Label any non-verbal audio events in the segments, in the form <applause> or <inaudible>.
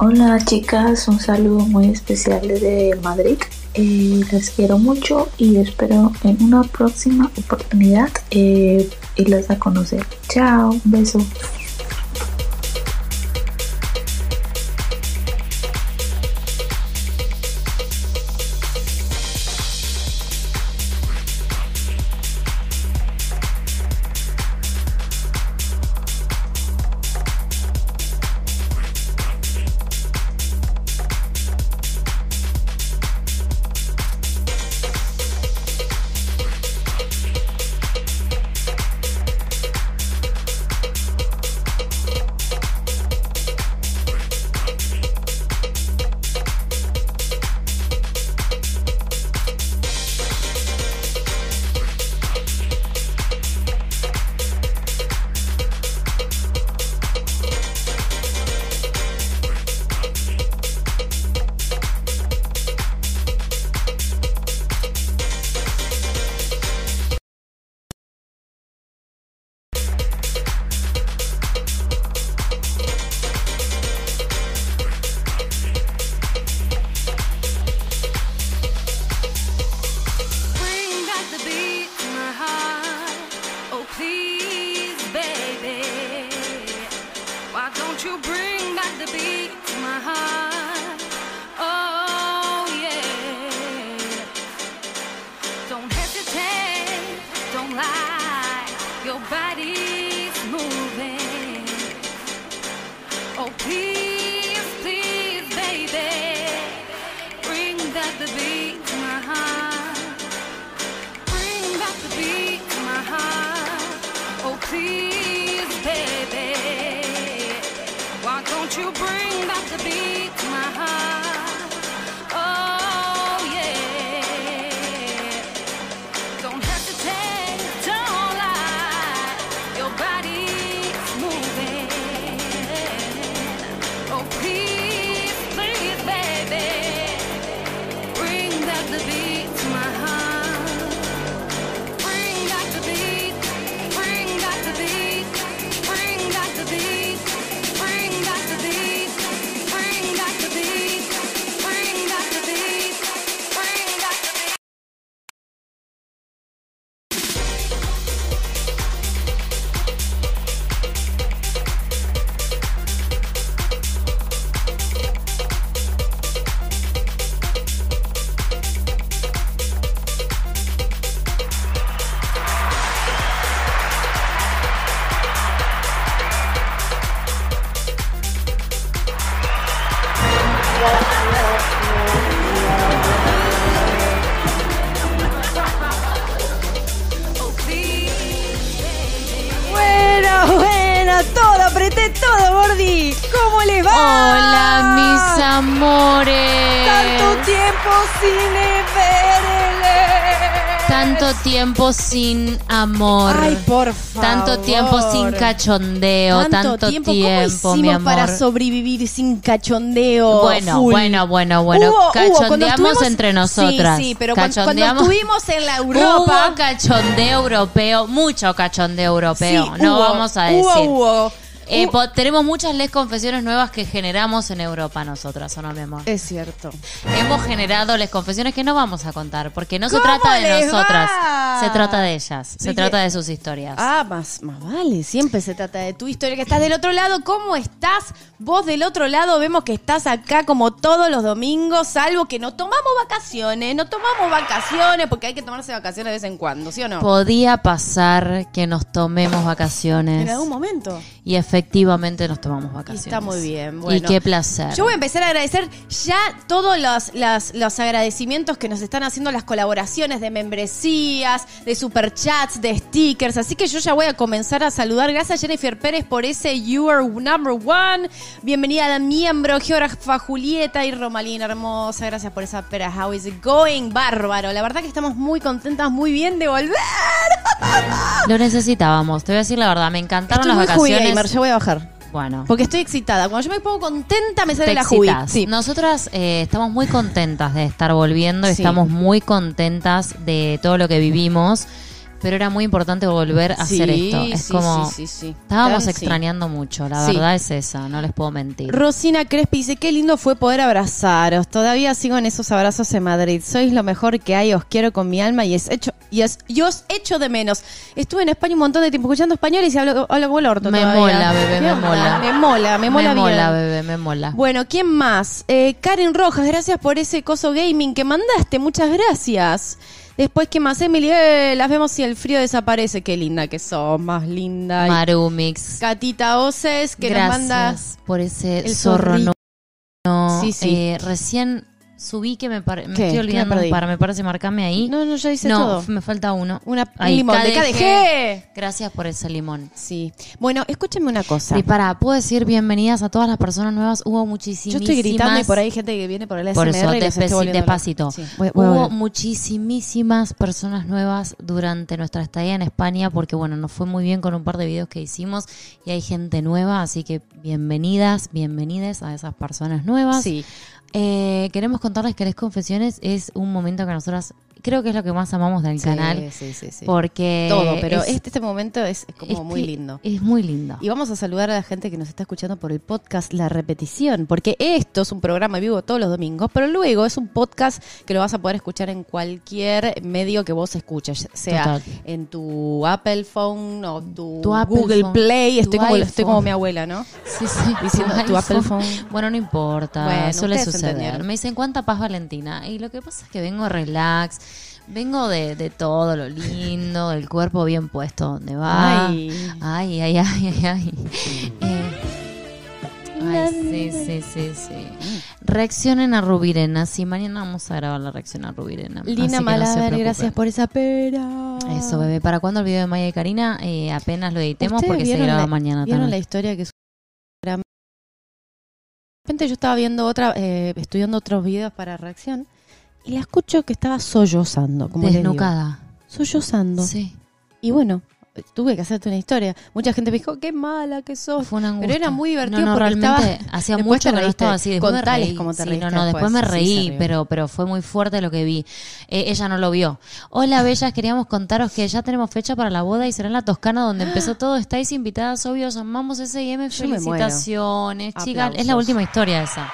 Hola chicas, un saludo muy especial desde Madrid. Eh, las quiero mucho y espero en una próxima oportunidad eh, irlas a conocer. Chao, un beso. Bring back the beat to my heart. Oh, please, baby. Why don't you bring back the beat to my heart? Oh, yeah. Don't hesitate, don't lie. Your body's moving. Oh, please, please, baby. Bring back the beat to my heart. Bring back the beat to my heart. Oh, please, baby. Why don't you bring back the beat to my heart? Oh, yeah. Don't hesitate, don't lie. Your body's moving. Oh, please, please, baby. Bring back the beat to my heart. Bring back the beat. Bring back the beat. Bring back the beat. Bring back the beat. Bring back the beat. Bring back the beat. Bring back the beat. Bueno, bueno, todo, apreté todo, Gordi. ¿Cómo les va? Hola, mis amores. Ah. Tanto tiempo sin verle. Tanto tiempo sin amor. Ay, por favor. Tanto tiempo sin cachondeo. Tanto, tiempo, ¿Cómo hicimos mi amor. para sobrevivir sin cachondeo? bueno, full? bueno, bueno, bueno. Hubo- hubo, cuando Cachondeamos estuvimos- entre nosotras. Sí, sí, pero cuando, cuando Cachondeamos- estuvimos en la Europa. Hubo cachondeo europeo, mucho cachondeo europeo, Sí, no hubo, vamos a decir. hubo, hubo. Eh, Hubo- po- tenemos muchas les confesiones nuevas que generamos en Europa nosotras, ¿o no, mi amor? es cierto. Hemos generado les confesiones que no vamos a contar, porque no se ¿Cómo trata de les nosotras, va? se trata de ellas, se Dije- trata de sus historias. Ah, más, más vale, siempre se trata de tu historia, que estás del otro lado, ¿cómo estás? Vos del otro lado vemos que estás acá como todos los domingos, salvo que no tomamos vacaciones, no tomamos vacaciones, porque hay que tomarse vacaciones de vez en cuando, ¿sí o no? Podía pasar que nos tomemos vacaciones. En algún momento. Y efectivamente nos tomamos Y vacaciones. está muy bien, bueno. Y qué placer. Yo voy a empezar a agradecer ya todos los, las- los agradecimientos que nos están haciendo las colaboraciones de membresías, de superchats, de stickers. Así que yo ya voy a comenzar a saludar. Gracias Jennifer Pérez por ese You Are Number One. Bienvenida a la miembro, geógrafa Julieta y Romalina hermosa. Gracias por esa pera. How is it going? Bárbaro. La verdad que estamos muy contentas, muy bien de volver. Lo necesitábamos, te voy a decir la verdad, me encantaron Estoy muy las vacaciones. jubigamer, ya voy a bajar. Bueno. Porque estoy excitada. Cuando yo me pongo contenta me sale Te la jubi. excitas. Sí. Nosotras eh, estamos muy contentas de estar volviendo, Sí. estamos muy contentas de todo lo que vivimos. Pero era muy importante volver a hacer Sí, esto. Es sí, como. sí, sí, sí. Estábamos Tan sí. extrañando mucho, la Sí. verdad es esa, no les puedo mentir. Rosina Crespi dice, qué lindo fue poder abrazaros. Todavía sigo en esos abrazos en Madrid. Sois lo mejor que hay, os quiero con mi alma y es hecho y, es, y os echo de menos. Estuve en España un montón de tiempo escuchando españoles y hablo, hablo como el orto Me todavía. mola, bebé, ¿Qué me onda? mola. Me mola, me mola me bien. mola, bebé, me mola. Bueno, ¿quién más? Eh, Karen Rojas, gracias por ese coso gaming que mandaste, muchas gracias. Después, ¿qué más? Emily, Eh, las vemos si el frío desaparece. Qué linda que sos, más linda. Y Marumix. Catita Oces, que Gracias nos mandas por ese el zorro zorrito. no. Sí, sí. Eh, recién subí que me, par- me ¿Qué? estoy ¿Qué olvidando me un perdí? par, me parece, marcame ahí. No, no, ya hice No, todo. f- me falta uno. Una Ahí, limón de KDG. Gracias por ese limón. Sí. Bueno, escúchame una cosa. Y para, puedo decir bienvenidas a todas las personas nuevas. Hubo Yo muchísimas. estoy gritando y por ahí hay gente que viene por el SMR Por eso, y las estoy despeci- volviendo despacito. locas. Sí. Voy- voy a Hubo volver. muchísimas personas nuevas durante nuestra estadía en España porque, bueno, nos fue muy bien con un par de videos que hicimos y hay gente nueva, así que bienvenidas, bienvenides a esas personas nuevas. Sí. Eh, queremos contarles que Les Confesiones es un momento que nosotras creo que es lo que más amamos del canal Sí, sí, sí. porque... Todo, pero es- este, este momento es como es muy que lindo. Es muy lindo. Y vamos a saludar a la gente que nos está escuchando por el podcast La Repetición, porque esto es un programa en vivo todos los domingos, pero luego es un podcast que lo vas a poder escuchar en cualquier medio que vos escuches, sea Total. en tu Apple Phone o tu, Tu Apple Google Phone, Play. tu Estoy como, estoy como iPhone. mi abuela, ¿no? Sí, sí. Diciendo, tu Apple phone. Bueno, no importa, Bueno, suele ustedes suceder. entendieron. Me dicen, ¿cuánta paz, Valentina? Y lo que pasa es que vengo relax, vengo de, de todo lo lindo, el cuerpo bien puesto donde va. Ay. ay, ay, ay, ay. ay. Eh, ay, sí, sí, sí, sí. Reaccionen a Rubirena. Sí, mañana vamos a grabar la reacción a Rubirena. así Lina que no se Malaver, preocupen. gracias por esa pera. Eso, bebé. ¿Para cuándo el video de Maya y Karina? Eh, apenas lo editemos porque se graba la, mañana ¿Vieron también. la historia que subió De repente yo estaba viendo otra, eh, estudiando otros videos para reacción y la escucho que estaba sollozando, como les digo. Desnucada. Sollozando. Sí. Y bueno, tuve que hacerte una historia. Mucha gente me dijo, qué mala que sos. Fue una angustia. Pero era muy divertido No, no, porque realmente estaba- hacía Después mucho te que no reíste. estaba así. Después me Contales reí. cómo te Sí, reíste no, no, después, después. me Sí, se reí, rió. pero, pero fue muy fuerte lo que vi. Eh, ella no lo vio. Hola, bellas, queríamos contaros que ya tenemos fecha para la boda y será en la Toscana <gasps> donde empezó todo. Estáis invitadas, obvio, os amamos S&M. Yo me muero. Felicitaciones, chicas. Es la Aplausos. última historia esa.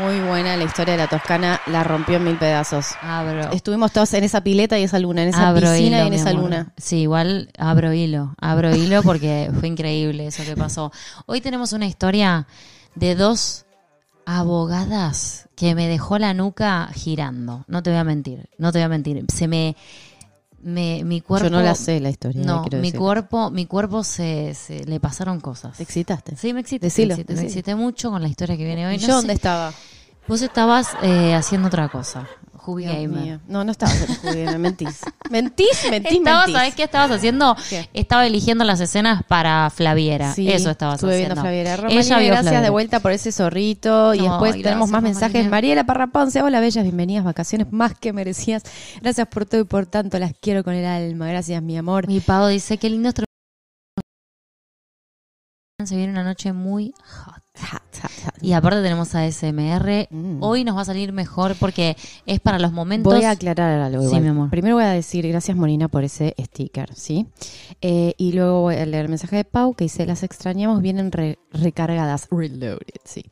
Muy buena la historia de la Toscana, la rompió en mil pedazos. Abro. Estuvimos todos en esa pileta y esa luna, en esa piscina y en mi esa amor. luna. Sí, igual abro hilo, abro hilo porque <laughs> fue increíble eso que pasó. Hoy tenemos una historia de dos abogadas que me dejó la nuca girando. No te voy a mentir, no te voy a mentir. Se me, me mi cuerpo Yo no la sé la historia. No, quiero mi decir. cuerpo, mi cuerpo se, se- le pasaron cosas. Te excitaste. Sí, me excité, me Decilo, excité, me decilo. excité mucho con la historia que viene hoy. ¿Y No yo sé, dónde estaba? Vos estabas eh, haciendo otra cosa, Jubi Dios Gamer. mío. No, no estaba en Judy, me <laughs> mentís. Mentís, mentís, Estabas, mentís. ¿Sabes qué estabas haciendo? ¿Qué? Estaba eligiendo las escenas para Flaviera. Sí, Eso estabas estuve haciendo. viendo a Flaviera Romanini, Ella vio gracias de Flaviera. vuelta por ese zorrito. y No, después tenemos gracias, más mensajes. Romanini. Mariela Parraponce, hola bellas, bienvenidas, vacaciones más que merecidas. Gracias por todo y por tanto, las quiero con el alma. Gracias, mi amor. Mi Pau dice, qué lindo estro- Se viene una noche muy hot. Ja, ja, ja. Y aparte tenemos a SMR. Mm. Hoy nos va a salir mejor porque es para los momentos. Voy a aclarar algo. Sí, igual. mi amor. Primero voy a decir gracias Morina por ese sticker, ¿sí? Eh, y luego voy a leer el mensaje de Pau que dice, las extrañamos, vienen re- recargadas, reloaded, sí.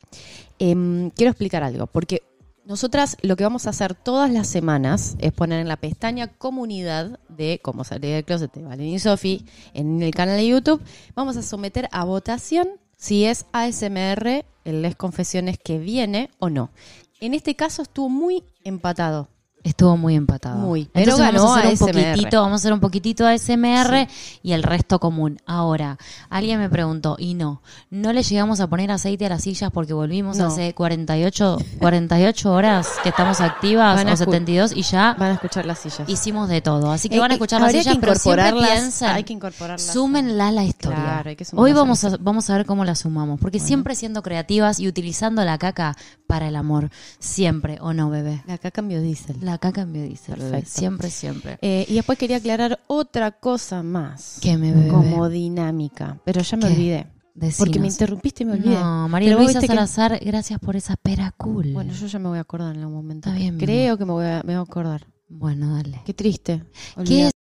Em, quiero explicar algo, porque nosotras lo que vamos a hacer todas las semanas es poner en la pestaña comunidad de cómo salir del closet de Valen y Sofi en el canal de YouTube, vamos a someter a votación si es ASMR el Les Confesiones que viene o no. En este caso estuvo muy empatado. Estuvo muy empatado. Muy. Entonces Pero ganó vamos a hacer un ASMR. poquitito, vamos a hacer un poquitito ASMR y el resto común. Ahora, alguien me preguntó, y no, no le llegamos a poner aceite a las sillas porque volvimos No. hace 48, 48 horas que estamos activas, Van a o escu- 72, y ya Van a escuchar las sillas. hicimos de todo. Así que Eh, van a eh, escuchar las habría sillas, que pero siempre incorporarlas, piensen, hay que incorporarlas. súmenla a la historia. Claro, hay que sumarlas Hoy a la vamos a, vamos a ver cómo la sumamos, porque siempre siendo creativas y utilizando la caca para el amor. Siempre, ¿o no, bebé? Acá cambio diésel. La caca en biodiesel, bebé. Perfecto. Siempre, siempre. Eh, y después quería aclarar otra cosa más. ¿Qué, mi bebé? Como dinámica. Pero ya me ¿Qué? olvidé. Decinos. Eh, Porque me interrumpiste y me olvidé. No, María Pero vos Luisa viste que- Salazar, gracias por esa pera cool. Bueno, yo ya me voy a acordar en algún momento. Está bien, mi Creo que me voy, a, me voy a acordar. Bueno, dale. Qué triste. ¿Qué olvidar. es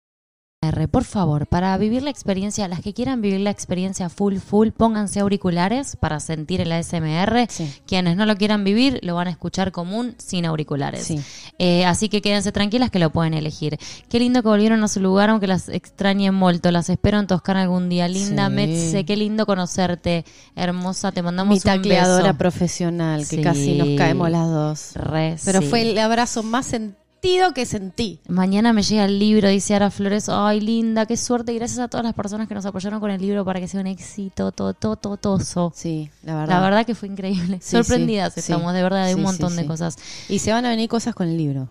R, por favor, para vivir la experiencia, las que quieran vivir la experiencia full, full, pónganse auriculares para sentir el ASMR. Sí. Quienes no lo quieran vivir, lo van a escuchar común sin auriculares. Sí. Eh, así que quédense tranquilas que lo pueden elegir. Qué lindo que volvieron a su lugar, aunque las extrañen molto. Las espero en Toscana algún día. Linda Sí. Metze, qué lindo conocerte. Hermosa, te mandamos Mi un tacleadora beso. profesional, que Sí. casi nos caemos las dos. Re, Pero sí. fue el abrazo más sentido que sentí. Mañana me llega el libro, dice Ara Flores. Ay, linda, qué suerte. Y gracias a todas las personas que nos apoyaron con el libro para que sea un éxito totototoso. Sí, la verdad. La verdad que fue increíble. Sí, Sorprendidas sí, estamos, sí. de verdad, de Sí, un sí, montón de sí. cosas. Y se van a venir cosas con el libro.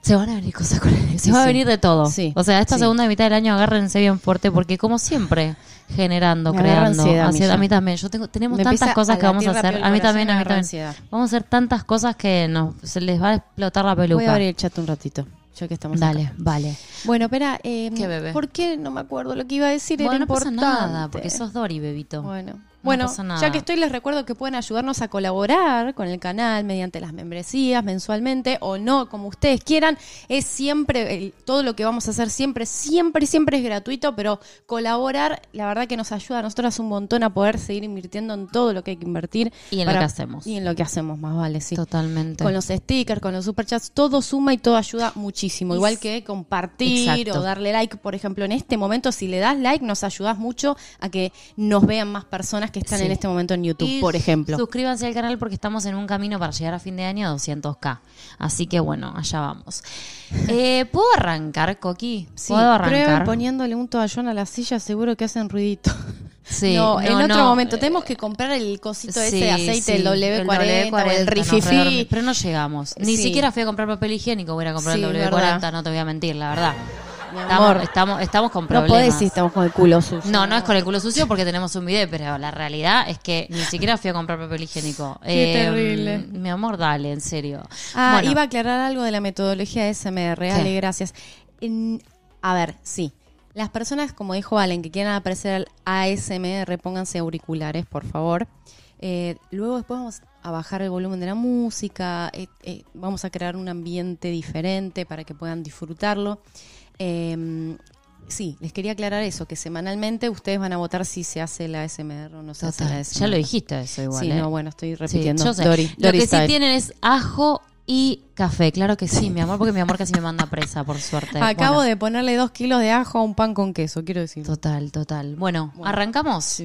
Se van a venir cosas con el- Se Sí, va a sí. venir de todo. Sí, O sea, esta sí. segunda mitad del año agárrense bien fuerte porque como siempre, generando, Me agarra creando. ansiedad a mí Ansiedad, ya. a mí también. Yo tengo, tenemos Me tantas empieza cosas a que vamos a latir hacer. rápido el A mí corazón, también, me a mí agarra también. ansiedad. Vamos a hacer tantas cosas que nos, se les va a explotar la peluca. Voy a abrir el chat un ratito, ya que estamos Dale, acá. vale. Bueno, espera, eh, ¿Qué, bebé? ¿por qué no me acuerdo lo que iba a decir? Bueno, Era no pasa importante. nada, porque sos Dori, bebito. Bueno, bueno pasa nada. ya que estoy, les recuerdo que pueden ayudarnos a colaborar con el canal mediante las membresías mensualmente o no, como ustedes quieran. Es siempre, el- todo lo que vamos a hacer siempre, siempre, siempre es gratuito, pero colaborar, la verdad que nos ayuda a nosotras un montón a poder seguir invirtiendo en todo lo que hay que invertir. Y en lo que hacemos. Y en lo que hacemos, más vale, sí. Totalmente. Con los stickers, con los superchats, todo suma y todo ayuda muchísimo. Y Igual s- que compartir Exacto. o darle like, por ejemplo, en este momento, si le das like, nos ayudas mucho a que nos vean más personas que están Sí. en este momento en YouTube, Y por ejemplo. Suscríbanse al canal porque estamos en un camino para llegar a fin de año a 200k. Así que bueno, <laughs> allá vamos. Eh, ¿Puedo arrancar, Coqui? Sí, ¿Puedo prueben arrancar? poniéndole un toallón a la silla, seguro que hacen ruidito. <laughs> Sí, no, en no, otro no, momento. eh, Tenemos que comprar el cosito ese Sí, de aceite, el sí, W40, o el nos Rififi. redormimos, Pero no llegamos. Ni Sí. siquiera fui a comprar papel higiénico, voy a ir a comprar Sí, el W40, verdad. no te voy a mentir, la verdad. Mi Estamos, amor. estamos, estamos con No problemas. podés si estamos con el culo sucio. No, no es con el culo sucio porque tenemos un video, pero la realidad es que ni siquiera fui a comprar papel higiénico. Eh, mm, Qué terrible. Mi amor, dale, en serio. Ah, Bueno, iba a aclarar algo de la metodología de SMR. Ale, gracias. En- a ver, sí. Las personas, como dijo Valen, que quieran aparecer al ASMR, pónganse auriculares, por favor. Eh, luego después vamos a bajar el volumen de la música, eh, eh, vamos a crear un ambiente diferente para que puedan disfrutarlo. Eh, sí, les quería aclarar eso, que semanalmente ustedes van a votar si se hace la ASMR o no se hace la total, ASMR. ya lo dijiste eso igual. Sí, ¿eh? no, bueno, estoy Sí, repitiendo. yo sé. Dori, Lo Dori que sí style. tienen es ajo y café. Claro que sí, mi amor, porque mi amor casi me manda presa, por suerte. Acabo Bueno, de ponerle dos kilos de ajo a un pan con queso, quiero decir. Total, total. Bueno, ¿arrancamos?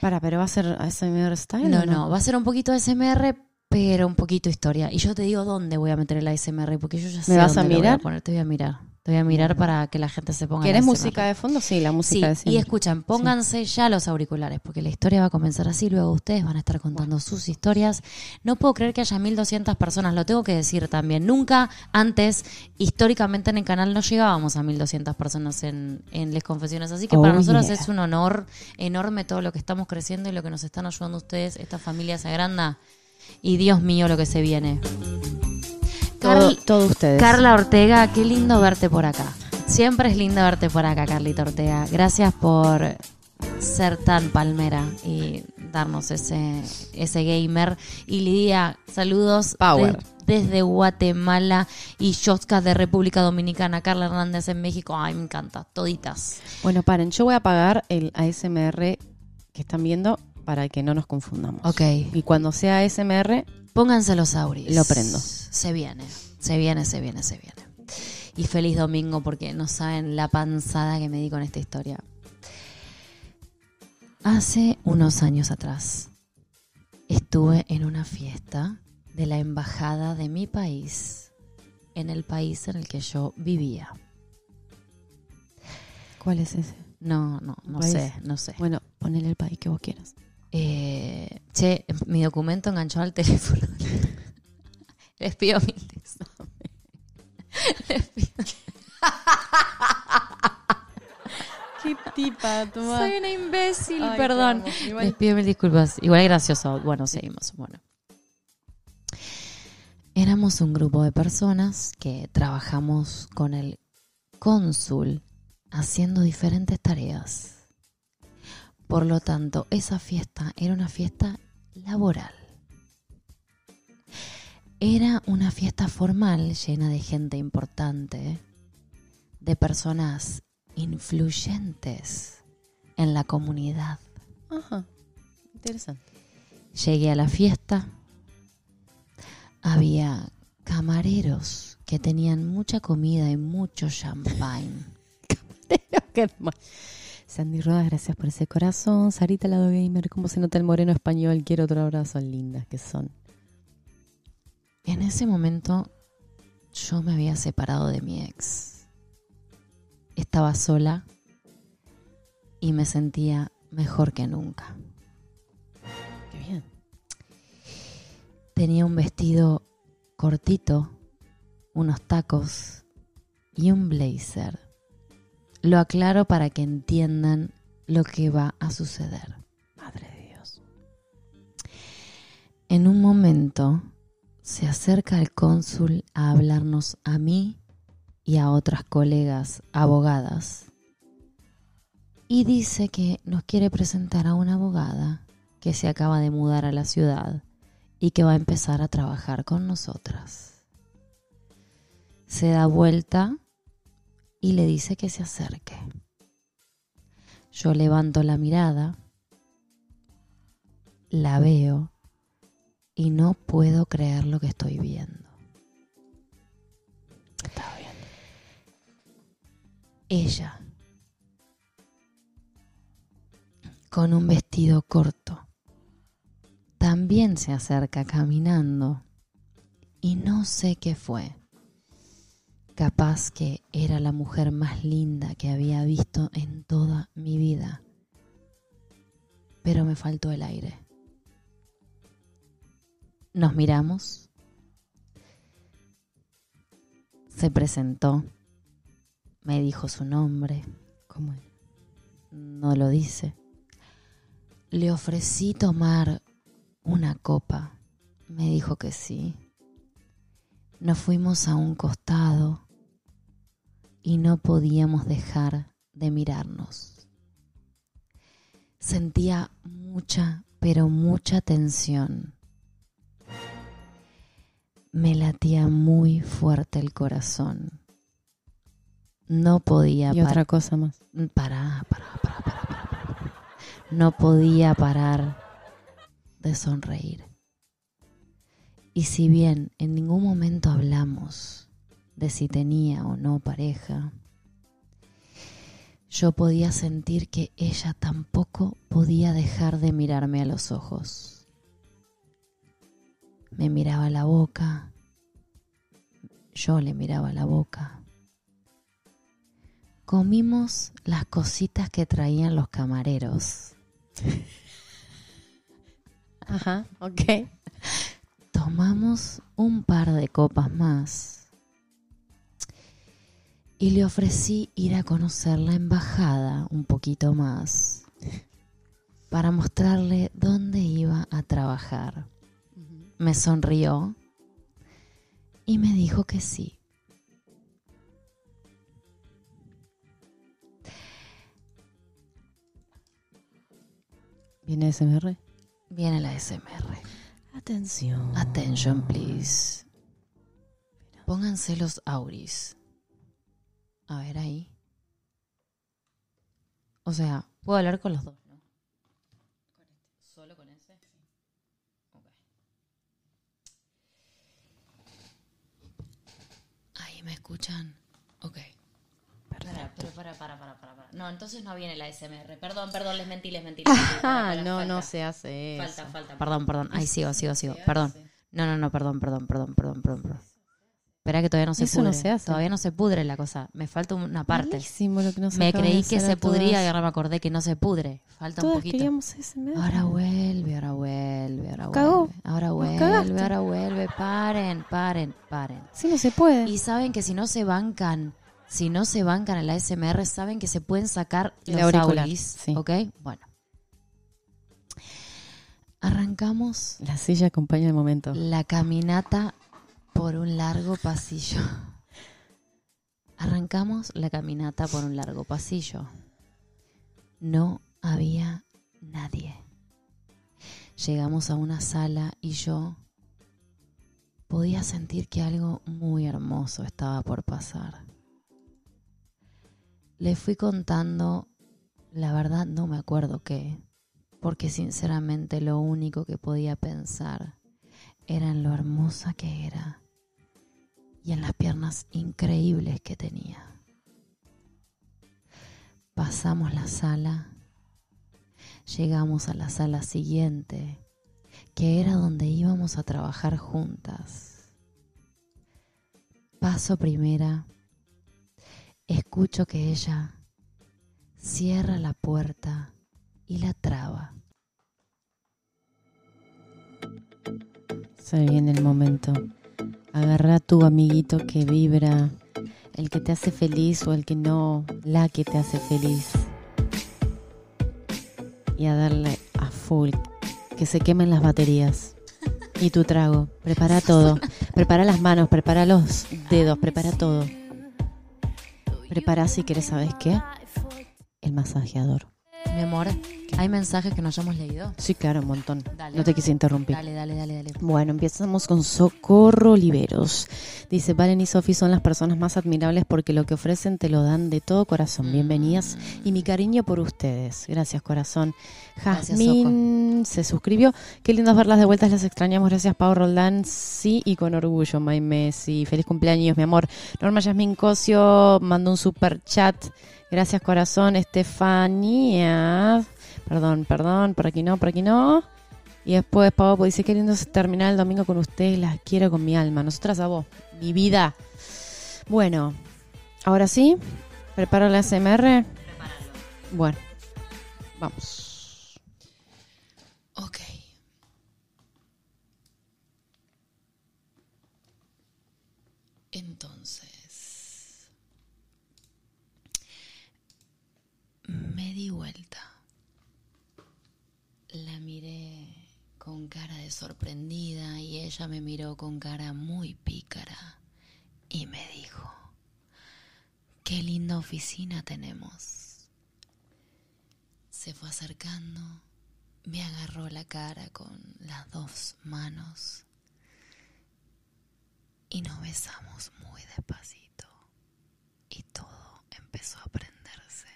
Para, pero va a ser ASMR style. No, o no, va a ser un poquito ASMR, pero un poquito historia. Y yo te digo dónde voy a meter el ASMR, porque yo ya sé vas dónde a lo voy mirar? poner. Te voy a mirar. Te voy a mirar para que la gente se ponga ¿Querés el ASMR. música de fondo? Sí, la Sí, música de y siempre. escuchan, pónganse ya los auriculares, porque la historia va a comenzar así, luego ustedes van a estar contando sus historias. No puedo creer que haya 1200 personas, lo tengo que decir también. Nunca antes, históricamente en el canal, no llegábamos a 1200 personas en, en Les Confesiones, así que Oh, para nosotros yeah. es un honor enorme todo lo que estamos creciendo y lo que nos están ayudando ustedes, esta familia se agranda. Y Dios mío, lo que se viene. todo, Carl- todo ustedes. Carla Ortega, qué lindo verte por acá. Siempre es lindo verte por acá, Carlita Ortega. Gracias por ser tan palmera y darnos ese, ese gamer. Y Lidia, saludos Power. de- desde Guatemala y Yoska de República Dominicana, Carla Hernández en México. Ay, me encanta, toditas. Bueno, paren, yo voy a apagar el ASMR que están viendo para que no nos confundamos. Ok. Y cuando sea ASMR, Pónganse los auris. Lo prendo. Se viene, se viene, se viene, se viene. Y feliz domingo porque no saben la panzada que me di con esta historia. Hace unos años atrás estuve en una fiesta de la embajada de mi país, en el país en el que yo vivía. ¿cuál es ese? No, no, no País. sé, no sé. Bueno, ponele el país que vos quieras. Eh, che, mi documento enganchó al teléfono. <laughs> Les pido mil disculpas. Les pido- Qué tipa, tu Soy una imbécil, Ay, te perdón. amo. Igual- Les pido mil disculpas. Igual es gracioso. Bueno, seguimos. Bueno. Éramos un grupo de personas que trabajamos con el cónsul haciendo diferentes tareas. Por lo tanto, esa fiesta era una fiesta laboral. Era una fiesta formal llena de gente importante, de personas influyentes en la comunidad. Ajá. Interesante. Llegué a la fiesta. Había camareros que tenían mucha comida y mucho champagne. <laughs> Qué hermo- Sandy Rodas, gracias por ese corazón. Sarita Lado Gamer, ¿cómo se nota el moreno español? Quiero otro abrazo, lindas que son. En ese momento yo me había separado de mi ex. Estaba sola y me sentía mejor que nunca. Qué bien. Tenía un vestido cortito, unos tacos y un blazer. Lo aclaro para que entiendan lo que va a suceder. Madre de Dios. En un momento se acerca el cónsul a hablarnos a mí y a otras colegas abogadas y dice que nos quiere presentar a una abogada que se acaba de mudar a la ciudad y que va a empezar a trabajar con nosotras. Se da vuelta y le dice que se acerque. Yo levanto la mirada, la veo y no puedo creer lo que estoy viendo. Ella, con un vestido corto, también se acerca caminando y no sé qué fue. Capaz que era la mujer más linda que había visto en toda mi vida. Pero me faltó el aire. Nos miramos. Se presentó. Me dijo su nombre. ¿Cómo es? No lo dice. Le ofrecí tomar una copa. Me dijo que sí. Nos fuimos a un costado y no podíamos dejar de mirarnos. Sentía mucha, pero mucha tensión. Me latía muy fuerte el corazón. No podía Y parar. otra cosa más. Mm, Pará, pará, pará, pará, pará, pará. No podía parar de sonreír. Y si bien en ningún momento hablamos de si tenía o no pareja, yo podía sentir que ella tampoco podía dejar de mirarme a los ojos. Me miraba la boca, yo le miraba la boca. Comimos las cositas que traían los camareros. Ajá, ok. Tomamos un par de copas más. Y le ofrecí ir a conocer la embajada un poquito más para mostrarle dónde iba a trabajar. Me sonrió y me dijo que sí. ¿Viene SMR? Viene la SMR. Atención. Ah, Attention, please. Pónganse los auris. A ver ahí. O sea, puedo hablar con los dos, ¿no? ¿Solo con ese? Ahí me escuchan. Ok. Para, pero para, para, para, para, para. No, entonces no viene la SMR. Perdón, perdón, les mentí, les mentí. les mentí. <laughs> Ah, Para, para, no, falta. no se hace eso. Falta, falta. Perdón, perdón. Ahí sigo, sigo, <laughs> sigo. Perdón. No, no, no, perdón, perdón, perdón, perdón, perdón. perdón. Espera que todavía no se Eso pudre. no se hace. Todavía no se pudre la cosa. Me falta una parte. Malísimo lo que nos Me acaban de creí que hacer a se pudría y todas. ahora me acordé que no se pudre. Falta un Todas poquito. queríamos SMR. Ahora vuelve, ahora vuelve, ahora vuelve. cagó. Ahora cagaste. vuelve, ahora vuelve. Paren, paren, paren. Sí, no se puede. Y saben que si no se bancan, si no se bancan a la SMR, saben que se pueden sacar El los auricular, auris, sí. ¿ok? Bueno. Arrancamos La silla acompaña el momento. la caminata por un largo pasillo. Arrancamos la caminata por un largo pasillo. No había nadie. Llegamos a una sala y yo podía sentir que algo muy hermoso estaba por pasar. le fui contando, la verdad no me acuerdo qué, porque sinceramente lo único que podía pensar era en lo hermosa que era y en las piernas increíbles que tenía. Pasamos la sala, llegamos a la sala siguiente, que era donde íbamos a trabajar juntas. Paso primera, escucho que ella cierra la puerta y la traba. Se viene el momento. Agarra a tu amiguito que vibra, el que te hace feliz o el que no, la que te hace feliz. Y a darle a full, que se quemen las baterías. Y tu trago, prepara todo. Prepara las manos, prepara los dedos, prepara todo. Prepara si quieres, ¿sabes qué? El masajeador. Mi amor, hay mensajes que no hayamos leído. Sí, claro, un montón. Dale. No te quise interrumpir. Dale, dale, dale, dale. Bueno, empezamos con Socorro Oliveros. Dice, Valen y Sofi son las personas más admirables porque lo que ofrecen te lo dan de todo corazón. Bienvenidas y mi cariño por ustedes. Gracias, corazón. Gracias, Jazmín se suscribió. Qué lindo verlas de vueltas, las extrañamos. Gracias, Pau Roldán. Sí, y con orgullo, May Messi. Feliz cumpleaños, mi amor. Norma Yasmín Cosio mandó un super chat. Gracias, corazón. Estefanía. Perdón, perdón, por aquí no, por aquí no. Y después Pavo dice, qué lindo es terminar el domingo con ustedes, las quiero con mi alma. Nosotras a vos, mi vida. Bueno, ahora sí, preparo la SMR. Bueno, vamos. Ok. Entonces, me di vuelta. La miré con cara de sorprendida y ella me miró con cara muy pícara y me dijo, qué linda oficina tenemos. Se fue acercando, me agarró la cara con las dos manos y nos besamos muy despacito y todo empezó a prenderse.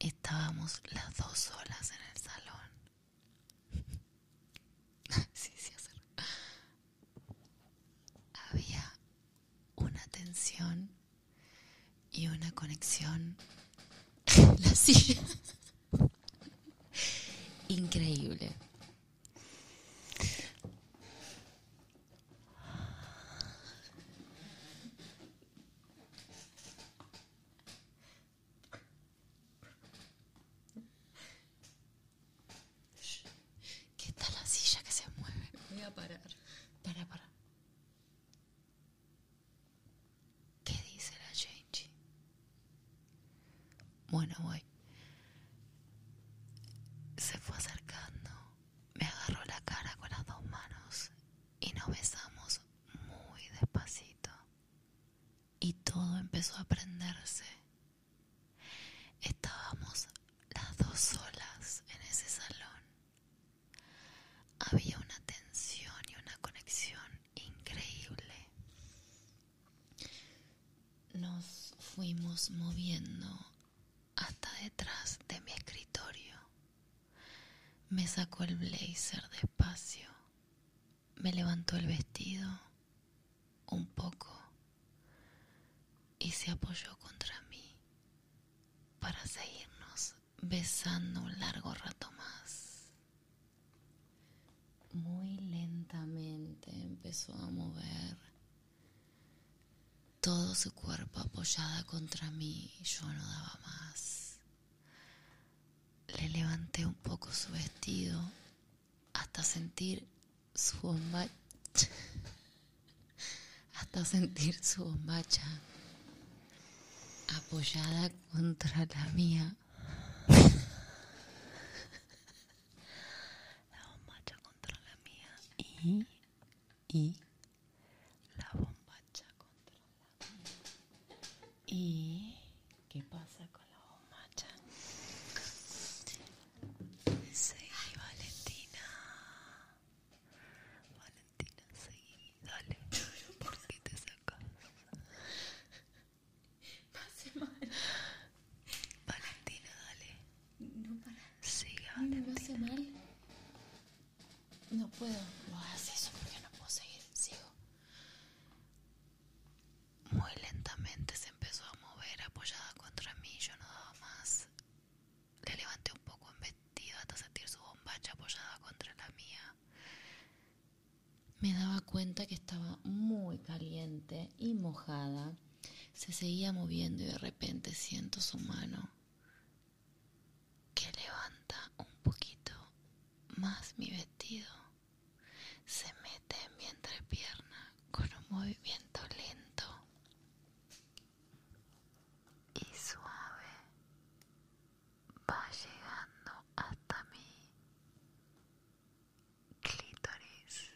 Estábamos las dos solas en el salón. <laughs> sí, sí, acerca. Había una tensión y una conexión <laughs> la silla. Increíble. ¿Qué tal la silla que se mueve? Voy a parar. Para, para. ¿Qué dice la Genji? Bueno, voy. Se fue acercando, me agarró la cara con las dos manos y nos besamos muy despacito. Y todo empezó a prenderse. Estábamos las dos solas en ese salón. Había una tensión y una conexión increíble nos fuimos moviendo hasta detrás de mi escritorio. Me sacó el blazer despacio, me levantó el vestido un poco y se apoyó contra mí para seguirnos besando un largo rato más. Muy lentamente empezó a mover todo su cuerpo apoyada contra mí, yo no daba más. Le levanté un poco su vestido hasta sentir su bombacha. <laughs> Hasta sentir su bombacha apoyada contra la mía. La bombacha contra la mía. Y, y, la bombacha contra ¿Y qué pasa con la bombacha? Seguí, Valentina. Valentina, seguí, dale. ¿Por qué te sacas? No puedo. No hagas eso porque no puedo seguir. Sigo. Muy lentamente se empezó a mover apoyada contra mí. Yo no daba más. Le levanté un poco en vestido hasta sentir su bombacha apoyada contra la mía. Me daba cuenta que estaba muy caliente y mojada. Se seguía moviendo y de repente siento su mano que levanta un poquito más mi vestido. Se mete en mi entrepierna con un movimiento lento y suave. Va llegando hasta mi clítoris.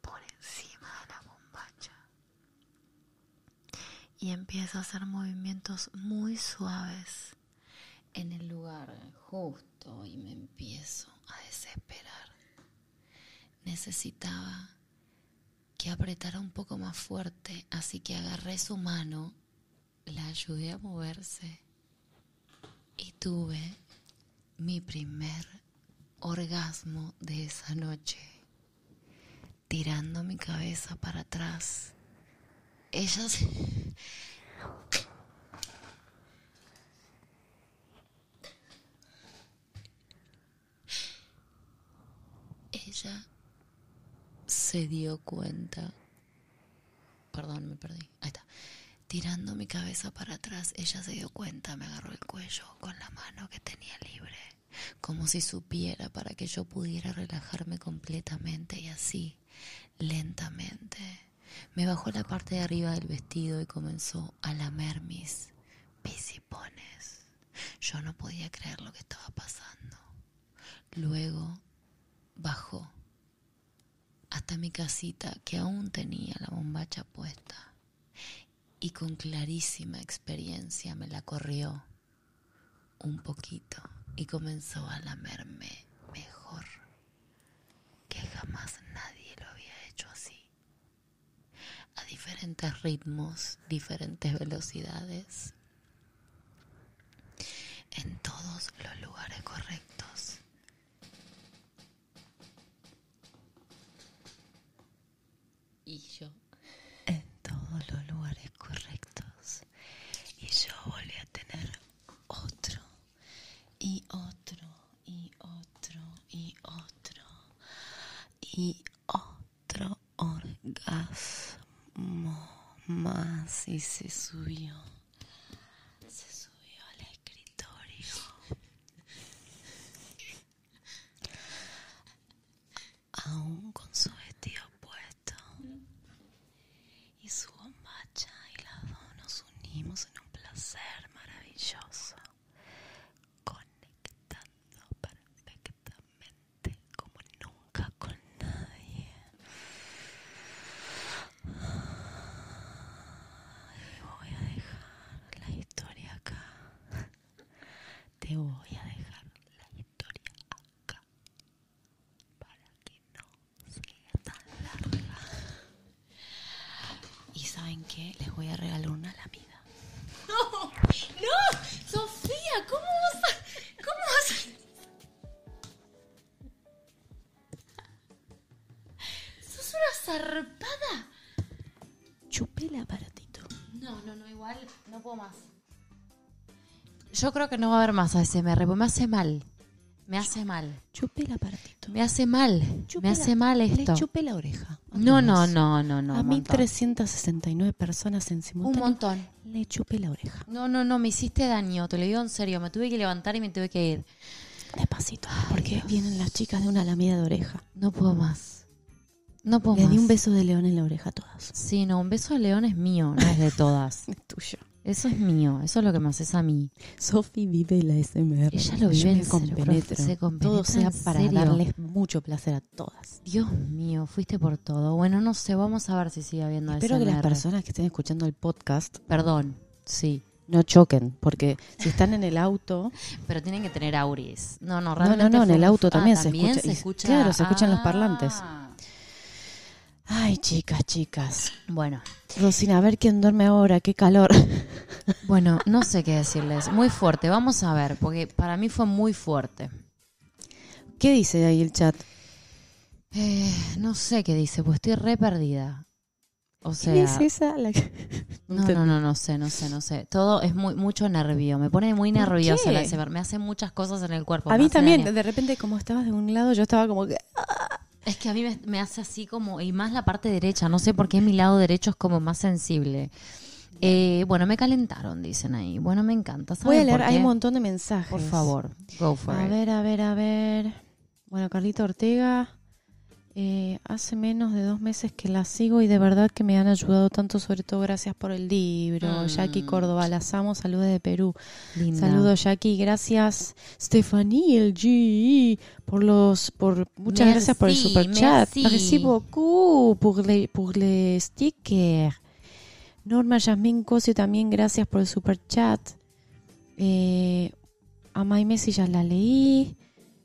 por encima de la bombacha y empiezo a hacer movimientos muy suaves en el lugar justo y me empiezo a desesperar. Necesitaba que apretara un poco más fuerte, así que agarré su mano, la ayudé a moverse y tuve mi primer orgasmo de esa noche tirando mi cabeza para atrás. Ella se... Ella se dio cuenta... Perdón, me perdí. Ahí está. Tirando mi cabeza para atrás, ella se dio cuenta, me agarró el cuello con la mano que tenía libre, como si supiera para que yo pudiera relajarme completamente y así, lentamente, me bajó la parte de arriba del vestido y comenzó a lamer mis pisipones. Yo no podía creer lo que estaba pasando. Luego bajó hasta mi casita que aún tenía la bombacha puesta y con clarísima experiencia me la corrió un poquito y comenzó a lamerme mejor que jamás nadie lo había hecho así. A diferentes ritmos, diferentes velocidades, en todos los lugares correctos. Y yo. En todos los lugares correctos. Y yo volví a tener otro. Y otro. Y otro. Y otro. Y otro orgasmo más. Y se subió. Se subió al escritorio. aún con su vestido puesto. Y su bombacha y las dos nos unimos en un placer maravilloso, conectando perfectamente como nunca con nadie. Y voy a dejar la historia acá. Te voy a dejar la historia acá para que no sea tan larga. Y saben qué, les voy a regalar una lamida. No, no, Sofía, ¿cómo vas a... ¿Cómo vas a... Sos una zarpada. Chupé el aparatito. No, no, no, igual no puedo más. Yo creo que no va a haber más ASMR, porque me hace mal. Me hace mal. Chupé el aparatito. Me hace mal. Chupé me la- hace mal esto. Le chupé la oreja. A No, no, todas. no, no, no. a un mí montón. 369 personas en Un simultáneo. montón. Le chupé la oreja. No, no, no, me hiciste daño, te lo digo en serio. Me tuve que levantar y me tuve que ir. Despacito, porque vienen las chicas de una lamida de oreja. No puedo más. No puedo Le más. di un beso de león en la oreja a todas. Sí, no, un beso de león es mío, no <laughs> es de <laughs> todas. Es tuyo. Eso es mío, eso es lo que me haces a mí. Sofi vive la SMR. Ella lo vive Yo me en serio, compenetro. profe, se compenetra Todo sea en para serio. darles mucho placer a todas. Dios mío, fuiste por todo. Bueno, no sé, vamos a ver si sigue habiendo Espero que las SMR. personas que estén escuchando el podcast Perdón, sí. no choquen, porque si están en el auto, Pero tienen que tener auris. No, no, no, realmente. fue no, en el un- auto Ah, también se escucha- y- claro, se escuchan los parlantes. Ay, chicas, chicas. Bueno, Rosina, a ver quién duerme ahora, qué calor. <laughs> bueno, no sé qué decirles. Muy fuerte, vamos a ver, porque para mí fue muy fuerte. ¿Qué dice ahí el chat? Eh, no sé qué dice, pues estoy re perdida. O sea, <laughs> esa? La... no, no, no, no sé, no sé, no sé. Todo es muy mucho nervio. Me pone muy nerviosa qué? la Sever. Me hace muchas cosas en el cuerpo. A me mí hace también, daño. de repente como estabas de un lado, yo estaba como que... Es que a mí me, me hace así como, y más la parte derecha, no sé por qué mi lado derecho es como más sensible. Eh, bueno, me calentaron, dicen ahí. Bueno, me encanta. ¿Saben Voy a leer, por hay un qué? montón de mensajes. Por favor, go for A it. ver, a ver, a ver. Bueno, Carlita Ortega, eh, hace menos de dos meses que la sigo y de verdad que me han ayudado tanto, sobre todo gracias por el libro. Mm. Jackie Córdoba, las amo, saludos de Perú. Linda. Saludos Jackie, gracias Stephanie LG por los por muchas Merci, gracias por el super chat. merci. Merci beaucoup pour les pour les stickers. Norma Yasmín Cosio también gracias por el super chat. Eh, a May Messi ya la leí.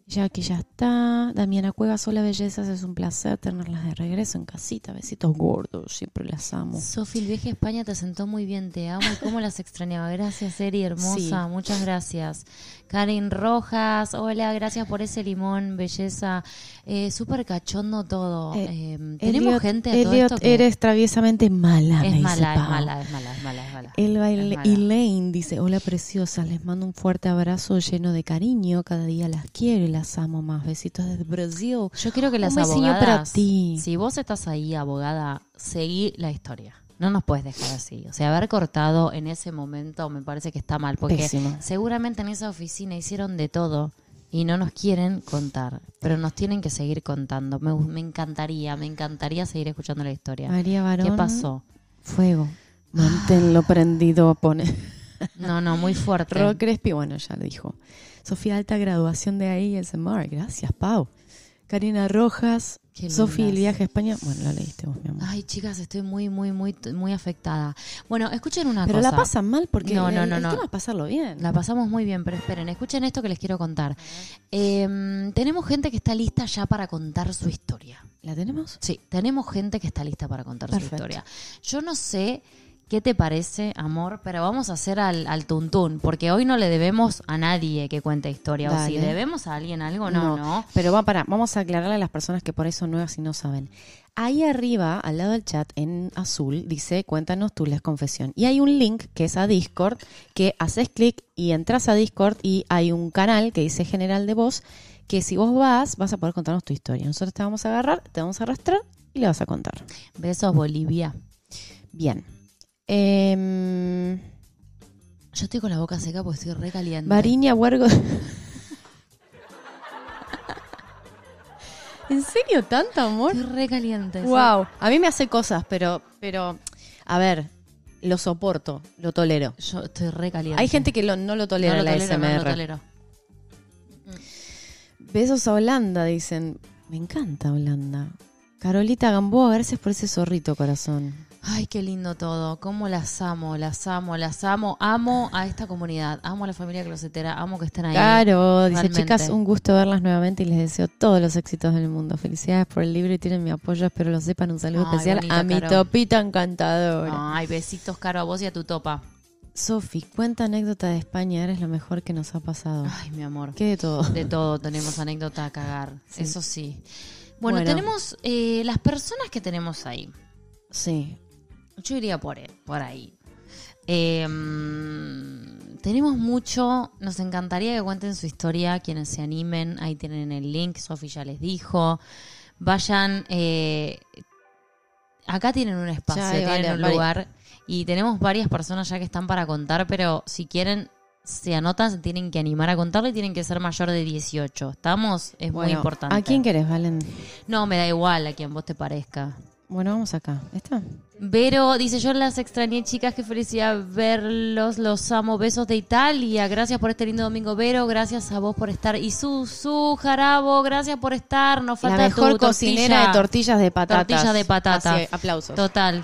Jackie ya está. Damiana Cuevas, hola bellezas, es un placer tenerlas de regreso en casita. Besitos gordos, siempre las amo. Sofi, el viaje a España te sentó muy bien, te amo y cómo las extrañaba. Gracias, Eri, hermosa, muchas gracias. Karen Rojas, hola, gracias por ese limón, belleza. Eh, Súper cachondo todo. Eh, Eh, tenemos Elliot- gente a todo Elliot, esto que eres traviesamente mala. me es, dice mala, es Pau. mala, es mala, es mala, es mala. El baile Es mala. Elaine dice, hola preciosas, les mando un fuerte abrazo lleno de cariño, cada día las quiero y las amo más. Besitos desde Brasil. Yo creo que las Un besillo abogadas, para ti. si vos estás ahí, abogada, seguí la historia. No nos puedes dejar así. O sea, haber cortado en ese momento me parece que está mal, porque Pésimo. seguramente en esa oficina hicieron de todo y no nos quieren contar, pero nos tienen que seguir contando. Me, me encantaría, me encantaría seguir escuchando la historia. María Barón. ¿Qué pasó? Fuego. Ah. Manténlo prendido, pone. <laughs> No, no, muy fuerte. Ro Crespi, bueno, ya lo dijo. Sofía Alta, graduación de ASMR. Gracias, Pau. Karina Rojas. Qué Sofía, el lindas. viaje a España. Bueno, la leíste vos, mi amor. Ay, chicas, estoy muy, muy, muy, muy afectada. Bueno, escuchen una Pero cosa. la pasan mal porque No, no, el, no, el no. tema es pasarlo bien. La pasamos muy bien, pero esperen, escuchen esto que les quiero contar. Eh, tenemos gente que está lista ya para contar su historia. ¿La tenemos? Sí, tenemos gente que está lista para contar su Perfecto. historia. Yo no sé qué te parece, amor, pero vamos a hacer al, al tuntún, porque hoy no le debemos a nadie que cuente historia. O si Dale. debemos a alguien algo, no, no. Pero va para, vamos a aclararle a las personas que por ahí son nuevas y no saben. Ahí arriba, al lado del chat, en azul, dice cuéntanos tu la confesión. Y hay un link que es a Discord, que haces clic y entras a Discord y hay un canal que dice general de voz, que si vos vas, vas a poder contarnos tu historia. Nosotros te vamos a agarrar, te vamos a arrastrar y le vas a contar. Besos, Bolivia. Bien. Em, Yo estoy con la boca seca porque estoy re caliente. Variña Huergo. <laughs> ¿En serio tanto amor? Estoy re caliente. ¿sabes? Wow, a mí me hace cosas, pero, pero, a ver, lo soporto, lo tolero. Yo estoy re caliente. Hay gente que lo- no lo no tolera lo la tolero, no lo ASMR. tolero. Besos a Holanda, dicen. Me encanta Holanda. Carolita Gamboa, gracias por ese zorrito, corazón. Ay, qué lindo todo. Cómo las amo, las amo, las amo. Amo a esta comunidad. Amo a la familia closetera. Amo que estén ahí. Caro, dice realmente. chicas, un gusto verlas nuevamente y les deseo todos los éxitos del mundo. Felicidades por el libro y tienen mi apoyo, espero lo sepan. Un saludo Ay, especial bonita, a mi Caro. Ah. topita encantadora. Ay, besitos, Caro, a vos y a tu topa. Sofi, cuenta anécdota de España, eres lo mejor que nos ha pasado. Ay, mi amor. ¿Qué de todo? De todo tenemos anécdota a cagar. Eso sí. Bueno, Bueno. tenemos eh, las personas que tenemos ahí. Sí, Yo iría por, e- por ahí. Eh, mm, tenemos mucho. Nos encantaría que cuenten su historia. Quienes se animen, ahí tienen el link. Sofi ya les dijo. Vayan. eh, acá tienen un espacio, Ya, ahí tienen vale, un vale. lugar. Y tenemos varias personas ya que están para contar, pero si quieren. Se anotan, se tienen que animar a contarlo y tienen que ser mayor de 18. ¿Estamos? Es muy Bueno, importante. ¿A quién querés, Valen? No, me da igual a quien vos te parezca. Bueno, vamos acá. ¿Esta? Vero dice, yo las extrañé, chicas, qué felicidad verlos, los amo, besos de Italia, gracias por este lindo domingo, Vero, gracias a vos por estar, y su, su, Jarabo, gracias por estar, nos falta la mejor tu cocinera tortilla. de tortillas de patatas. Tortilla de patata. Así, aplausos. Total.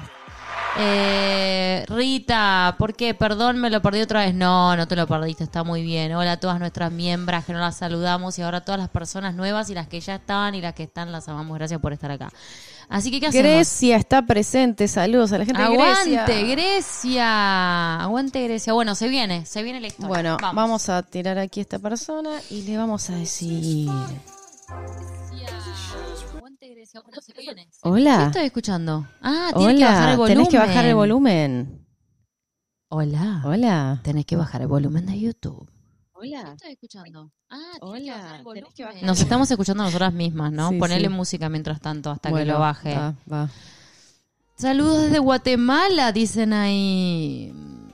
Eh, Rita, ¿por qué? Perdón, me lo perdí otra vez. No, no te lo perdiste, está muy bien. Hola a todas nuestras miembros que no las saludamos y ahora todas las personas nuevas y las que ya estaban y las que están, las amamos. Gracias por estar acá. Así que, ¿qué hacemos? Grecia está presente. Saludos a la gente de Grecia. Aguante, Grecia. Aguante, Grecia. Bueno, se viene, se viene la historia. Bueno, vamos. a tirar aquí a esta persona y le vamos a decir. Aguante, Grecia. Bueno, se viene. ¿Qué Hola. estoy escuchando? Ah, tienes que bajar el Hola. volumen. Tenés que bajar el volumen. Hola. Hola. Tenés que bajar el volumen de YouTube. Hola. Estoy escuchando. Ah, hola. Tenés que bajar. Nos estamos escuchando nosotras mismas, ¿no? Sí, Ponerle sí. música mientras tanto hasta que Bueno, lo baje. va, va. Saludos desde Guatemala, dicen ahí.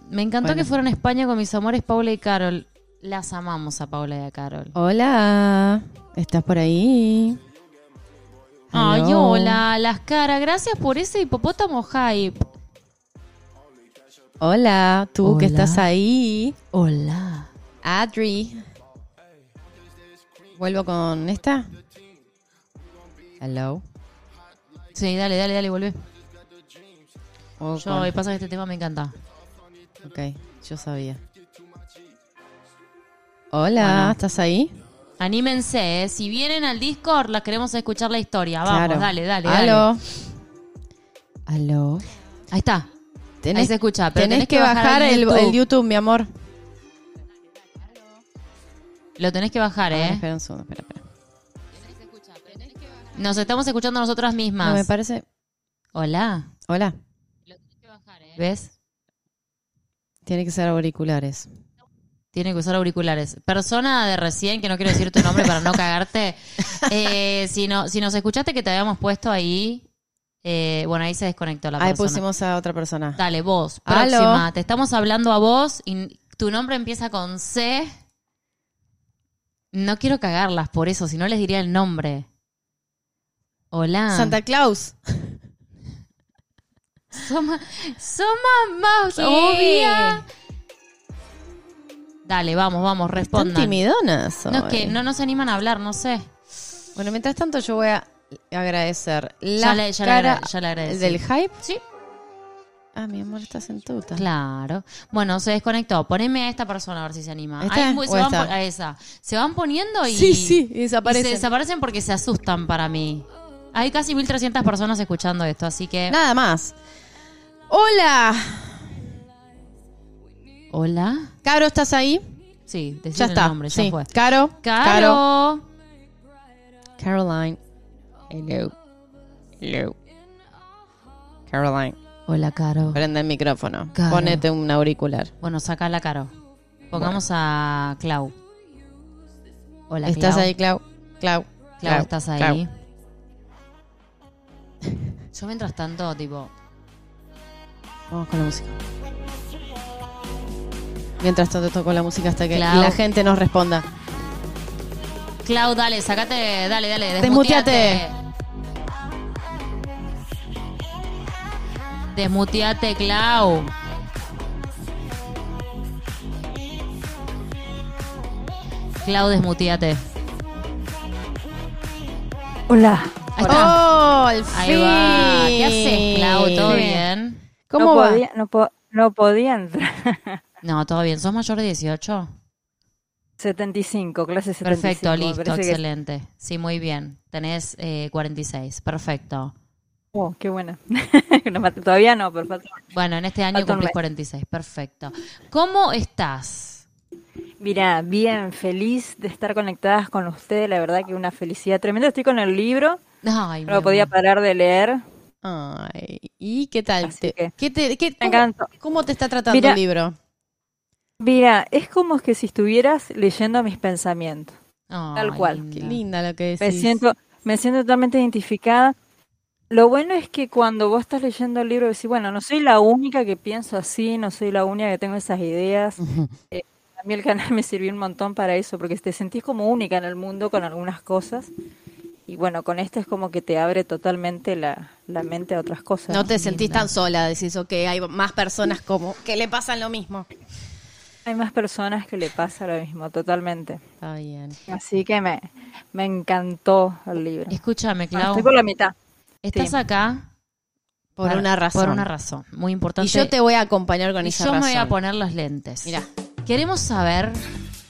Me encantó Bueno. que fueron a España con mis amores Paula y Carol. Las amamos a Paula y a Carol. Hola. ¿Estás por ahí? Ay, Hello. hola, las caras. Gracias por ese hipopótamo hype. Hola. Tú que Hola. estás ahí. Hola. Adri. Vuelvo con esta. Hello. Sí, dale, dale, dale, volvé. O Yo, con- y pasa que este tema me encanta. Ok, yo sabía. Hola, Bueno. ¿estás ahí? Anímense, ¿eh? si vienen al Discord, las queremos escuchar la historia. Ah, Vamos, Claro. dale, dale, dale. Aló. Aló. Ahí está. Ahí se escucha, pero tenés, tenés que, que bajar, bajar al el, YouTube. el YouTube, mi amor. Lo tenés que bajar, Ah, ¿eh? espera un segundo, espera, espera. Nos estamos escuchando nosotras No, me mismas. parece. Hola. Hola. ¿Ves? Tiene que ser auriculares. Tiene que usar auriculares. Persona de recién, que no quiero decir tu nombre para <laughs> no cagarte. eh, si, no, si nos escuchaste que te habíamos puesto ahí, eh, bueno, ahí se desconectó la Ahí persona. pusimos a otra persona. Dale, vos, Aló. próxima. Te estamos hablando a vos y tu nombre empieza con C. No quiero cagarlas por eso, si no les diría el nombre. Hola. Santa Claus. Soma, Soma más ¿Qué? obvia. Dale, vamos, vamos, Están respondan. timidonas. No, es hoy. que no nos animan a hablar, no sé. Bueno, mientras tanto, yo voy a agradecer la Ya le, ya le cara agra- ya le agradecí. del hype. Sí, Ah, mi amor, estás en tuta. claro. Bueno, se desconectó. Poneme a esta persona a ver si se anima. ¿Esta? Ahí, pues, se ¿O van esta? po- a esa. Se van poniendo y... Sí, sí, y Y se desaparece. desaparecen porque se asustan para mí. Hay casi 1300 personas escuchando esto, así que. Nada más. Hola. Hola. Caro, ¿estás ahí? Sí, decir Ya el está. nombre, sí. ya fue. Caro. Caro. Caroline. Hello. Hello. Caroline. Hola, Caro. Prende el micrófono. Caro. Ponete un auricular. Bueno, sacala, Caro. Pongamos a Clau. Hola, ¿Estás Clau. ahí, Clau? Clau. Clau, estás ahí. <laughs> Clau. Yo mientras tanto, tipo. Vamos con la música. Mientras tanto toco la música hasta que Clau. la gente nos responda. Clau, dale, sacate, dale, dale, Desmuteate. desmuteate. Desmuteate, Clau. Clau, desmuteate. Hola. Ahí está. ¡Oh, al Ahí va. ¿Qué haces, fin! Clau? ¿Todo bien? ¿Cómo no va? Podía, no, po- no podía entrar. <laughs> No, todo bien. ¿Sos mayor de 18? 75, clase 75. Perfecto, me listo, parece que- excelente. Sí, muy bien. Tenés eh, 46, perfecto. Oh, qué buena. <laughs> No, falta- todavía no, pero falta- Bueno, en este año Falta un cumplís mes. 46, perfecto. ¿Cómo estás? Mira, bien, feliz de estar conectadas con ustedes. La verdad que una felicidad tremenda. Estoy con el libro, Ay, no mi lo podía amor. parar de leer. Ay, ¿y qué tal? Así Te- que- ¿Qué te, qué- Me cómo- encantó. ¿Cómo te está tratando Mira- el libro? Mira, es como que si estuvieras leyendo mis pensamientos. Tal Ay, cual. Qué linda. linda lo que decís. Me siento, me siento totalmente identificada. Lo bueno es que cuando vos estás leyendo el libro, decís, bueno, no soy la única que pienso así, no soy la única que tengo esas ideas. Ujú. Eh, a mí el canal me sirvió un montón para eso, porque te sentís como única en el mundo con algunas cosas. Y bueno, con este es como que te abre totalmente la, la mente a otras cosas. No te sentís tan sola, decís, ok, hay más personas como que le pasan lo mismo. Hay más personas que le pasa lo mismo, totalmente. Está bien. Así que me, me encantó el libro. Escúchame, Bueno, Clau. estoy por la mitad. Estás sí. acá Por para- una razón. Por una razón, muy importante. Y yo te voy a acompañar con Y esa yo me razón. voy a poner los lentes. Mirá. Queremos saber,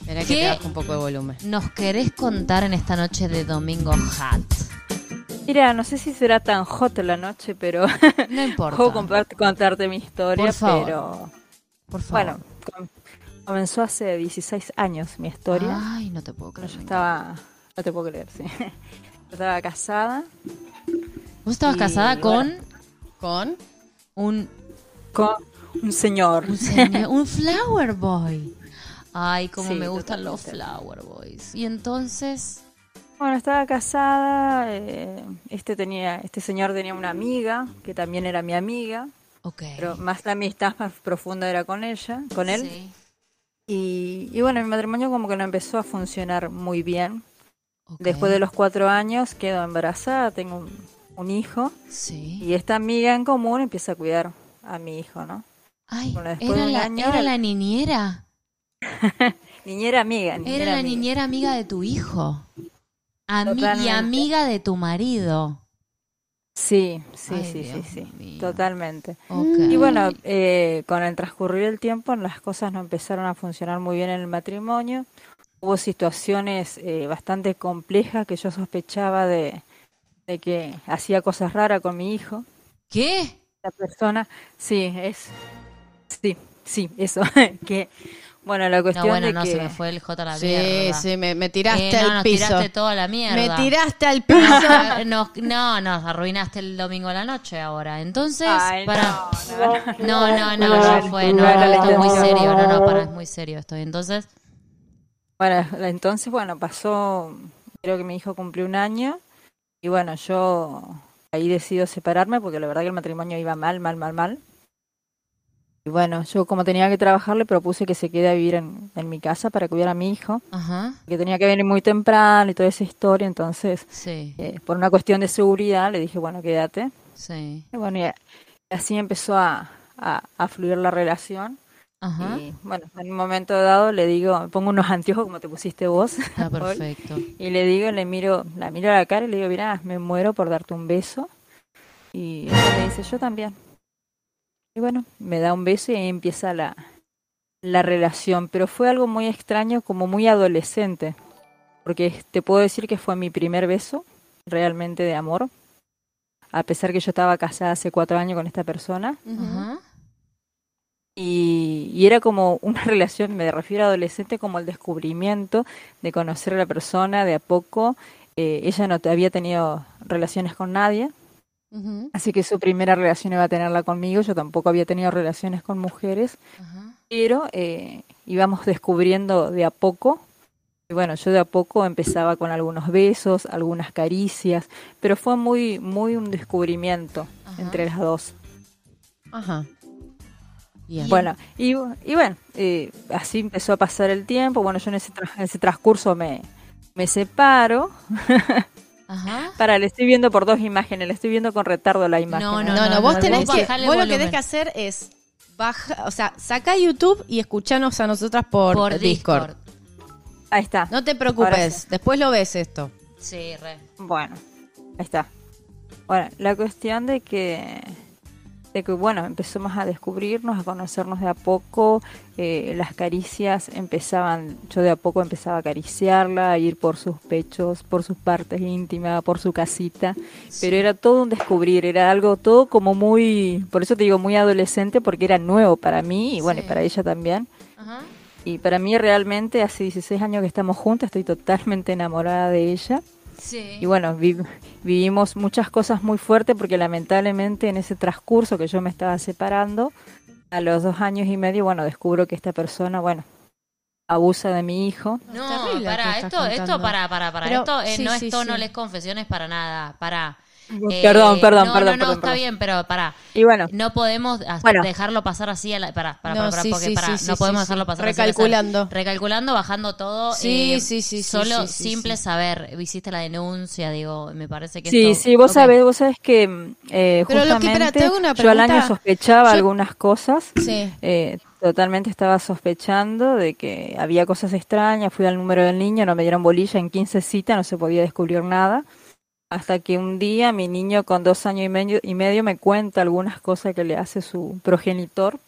Espera que ¿Qué? te bajo un poco de volumen. ¿nos querés contar en esta noche de Domingo Hat? Mira, no sé si será tan hot la noche, pero <laughs> No importa. puedo comparte- contarte mi historia, Por favor. pero Por favor. bueno, com- comenzó hace 16 años mi historia. Ay, no te puedo Bueno, creer. yo me estaba, no te puedo creer, sí. <laughs> Yo estaba casada encanta. Vos estabas y casada con bueno. ¿Con? un, con un señor. un, señor- <laughs> un flower boy. Ay, como Sí, me gustan los totalmente. flower boys. Y entonces, Bueno, estaba casada, eh, este tenía, este señor tenía una amiga que también era mi amiga, ok. pero más la amistad más profunda era con ella, con él. Sí, Y, y bueno, mi matrimonio como que no empezó a funcionar muy bien. ok. Después de los cuatro años quedo embarazada, tengo un, un hijo Sí. y esta amiga en común empieza a cuidar a mi hijo, ¿no? Ay, bueno, después era de un la, año- era la niñera. Niñera amiga, niñera Era la amiga. niñera amiga de tu hijo. Ami- y Totalmente. amiga de tu marido. Sí, sí, Ay, sí, Dios sí, sí, mío. totalmente. Ok. Y bueno, eh, con el transcurrir del tiempo las cosas no empezaron a funcionar muy bien en el matrimonio. Hubo situaciones eh, bastante complejas que yo sospechaba de, de que hacía cosas raras con mi hijo. ¿Qué? La persona, sí, es, sí, sí, eso, <laughs> que, bueno, la No, cuestión bueno, de no, que, se me fue el J a la Sí, mierda. sí, me, me Eh, tiraste no, al nos piso. tiraste toda la mierda. Me tiraste al piso. <laughs> Nos- no, nos arruinaste el domingo a la noche ahora. Entonces, Ay, no, para. no, no. No, no, no, ya fue. No, no, esto es muy serio. No, no, para, es muy serio esto. Entonces, Bueno, la- entonces, bueno, pasó, creo que mi hijo cumplió un año y bueno, yo ahí decido separarme porque la verdad que el matrimonio iba mal, mal, mal, mal. Y bueno, yo como tenía que trabajar le propuse que se quede a vivir en, en mi casa para cuidar a mi hijo, ajá, que tenía que venir muy temprano y toda esa historia, entonces, sí, eh, por una cuestión de seguridad le dije, bueno, quédate. sí, Y bueno, y a- así empezó a, a- a fluir la relación. ajá, Y bueno, en un momento dado le digo, me pongo unos anteojos como te pusiste vos. está hoy. perfecto. Y le digo, le miro, la miro a la cara y le digo, mirá, me muero por darte un beso. Y ella me dice, yo también. Y bueno, me da un beso y ahí empieza la, la relación. Pero fue algo muy extraño, como muy adolescente. Porque te puedo decir que fue mi primer beso realmente de amor. A pesar que yo estaba casada hace cuatro años con esta persona. Ajá, Y, y era como una <laughs> relación, me refiero a adolescente, como el descubrimiento de conocer a la persona de a poco. Eh, ella no te- había tenido relaciones con nadie, Ujú. así que su primera relación iba a tenerla conmigo. Yo tampoco había tenido relaciones con mujeres, ajá. pero eh, íbamos descubriendo de a poco. Y bueno, yo de a poco empezaba con algunos besos, algunas caricias, pero fue muy, muy un descubrimiento Ajá. entre las dos. Ajá. Bien. Bueno, y, y bueno, eh, así empezó a pasar el tiempo. Bueno, yo en ese, tra- en ese transcurso me, me separo. Ajá. Para, le estoy viendo por dos imágenes, le estoy viendo con retardo la imagen. ¿eh? No, No, no, no, vos no, tenés vos que. bajale Vos lo que volumen. tenés que hacer es. Baja, o sea, saca YouTube y escuchanos a nosotras por, Por Discord. Discord. Ahí está. No te Ahora preocupes, sí. después lo ves esto. Sí, re. Bueno, ahí está. Bueno, la cuestión de que, de que, bueno, empezamos a descubrirnos, a conocernos de a poco. eh, las caricias empezaban, yo de a poco empezaba a acariciarla, a ir por sus pechos, por sus partes íntimas, por su casita. Pero era todo un descubrir, era algo todo como muy, por eso te digo, muy adolescente, porque era nuevo para mí y bueno, y Sí. para ella también. Ajá. Y para mí realmente, hace 16 años que estamos juntas, estoy totalmente enamorada de ella. Sí. Y bueno, vi- vivimos muchas cosas muy fuertes porque lamentablemente en ese transcurso que yo me estaba separando, a los dos años y medio, bueno, descubro que esta persona, bueno, abusa de mi hijo. No, Está horrible lo para, que estás esto, esto, contando. para, para, para. Pero, esto eh, sí, no sí, es tono sí. les confesiones para nada, para. Eh, perdón, perdón, no, perdón, No, no, perdón, está perdón. bien, pero para. Y bueno, No podemos as- Bueno. dejarlo pasar así, a la, para, para, No, para, para, sí, porque sí, para, sí, no sí, podemos sí, dejarlo sí. pasar Recalculando. así. a la sal. Recalculando, bajando todo. eh, Sí, sí, sí, sí, Solo sí, sí, simple sí. saber, hiciste la denuncia, digo, me parece que sí, esto- sí, vos Ok. sabés, vos sabés que mm, eh, Pero lo que- justamente espera, te hago una yo al año pregunta. sospechaba Yo- algunas cosas. Sí. Eh, totalmente estaba sospechando de que había cosas extrañas, fui al número del niño, no me dieron bolilla en 15 citas, no se podía descubrir nada, hasta que un día mi niño con dos años y medio, y medio me cuenta algunas cosas que le hace su progenitor.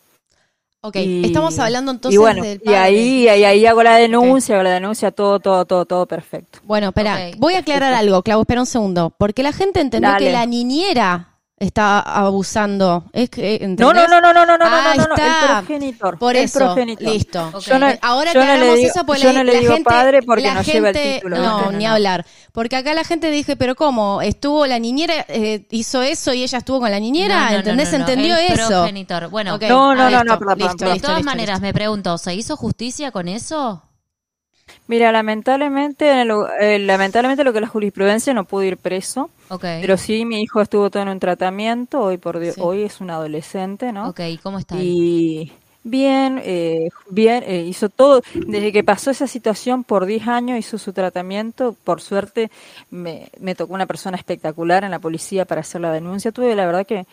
Ok, Y- estamos hablando entonces y bueno, del y padre. ahí, ahí, ahí hago la denuncia, hago la denuncia, todo, todo, todo, todo perfecto. Bueno, espera, Ok. voy a aclarar algo, Clau, espera un segundo. Porque la gente entendió Dale. que la niñera está abusando. Es que, ¿entendés? No, no, no, no, no, no, no, Ah, no, no, no, está. el progenitor. Por el eso, progenitor. listo. Ok. Yo no- Eh, Ahora yo que no le hagamos digo- eso, pues yo la, no le la digo gente, padre porque la no lleva el gente- título, No, ¿verdad? No, no, ni no. hablar. Porque acá la gente dije, pero ¿cómo? Estuvo la niñera, eh, hizo eso y ella estuvo con la niñera, No, no, no, ¿entendés? no, no. Entendió El eso. progenitor. Bueno, Ok, No, no, ah, no, listo, no, perdón, listo, perdón. de listo, todas listo, maneras, listo. me pregunto, ¿se hizo justicia con eso? Mira, lamentablemente, en el lu- eh, lamentablemente lo que es la jurisprudencia no pudo ir preso, Ok. pero sí mi hijo estuvo todo en un tratamiento, hoy por Dios, Sí. hoy es un adolescente, ¿no? ok, ¿cómo está? él? Y bien, eh, bien, eh, hizo todo, desde que pasó esa situación por 10 años hizo su tratamiento, por suerte me, me tocó una persona espectacular en la policía para hacer la denuncia, tuve la verdad que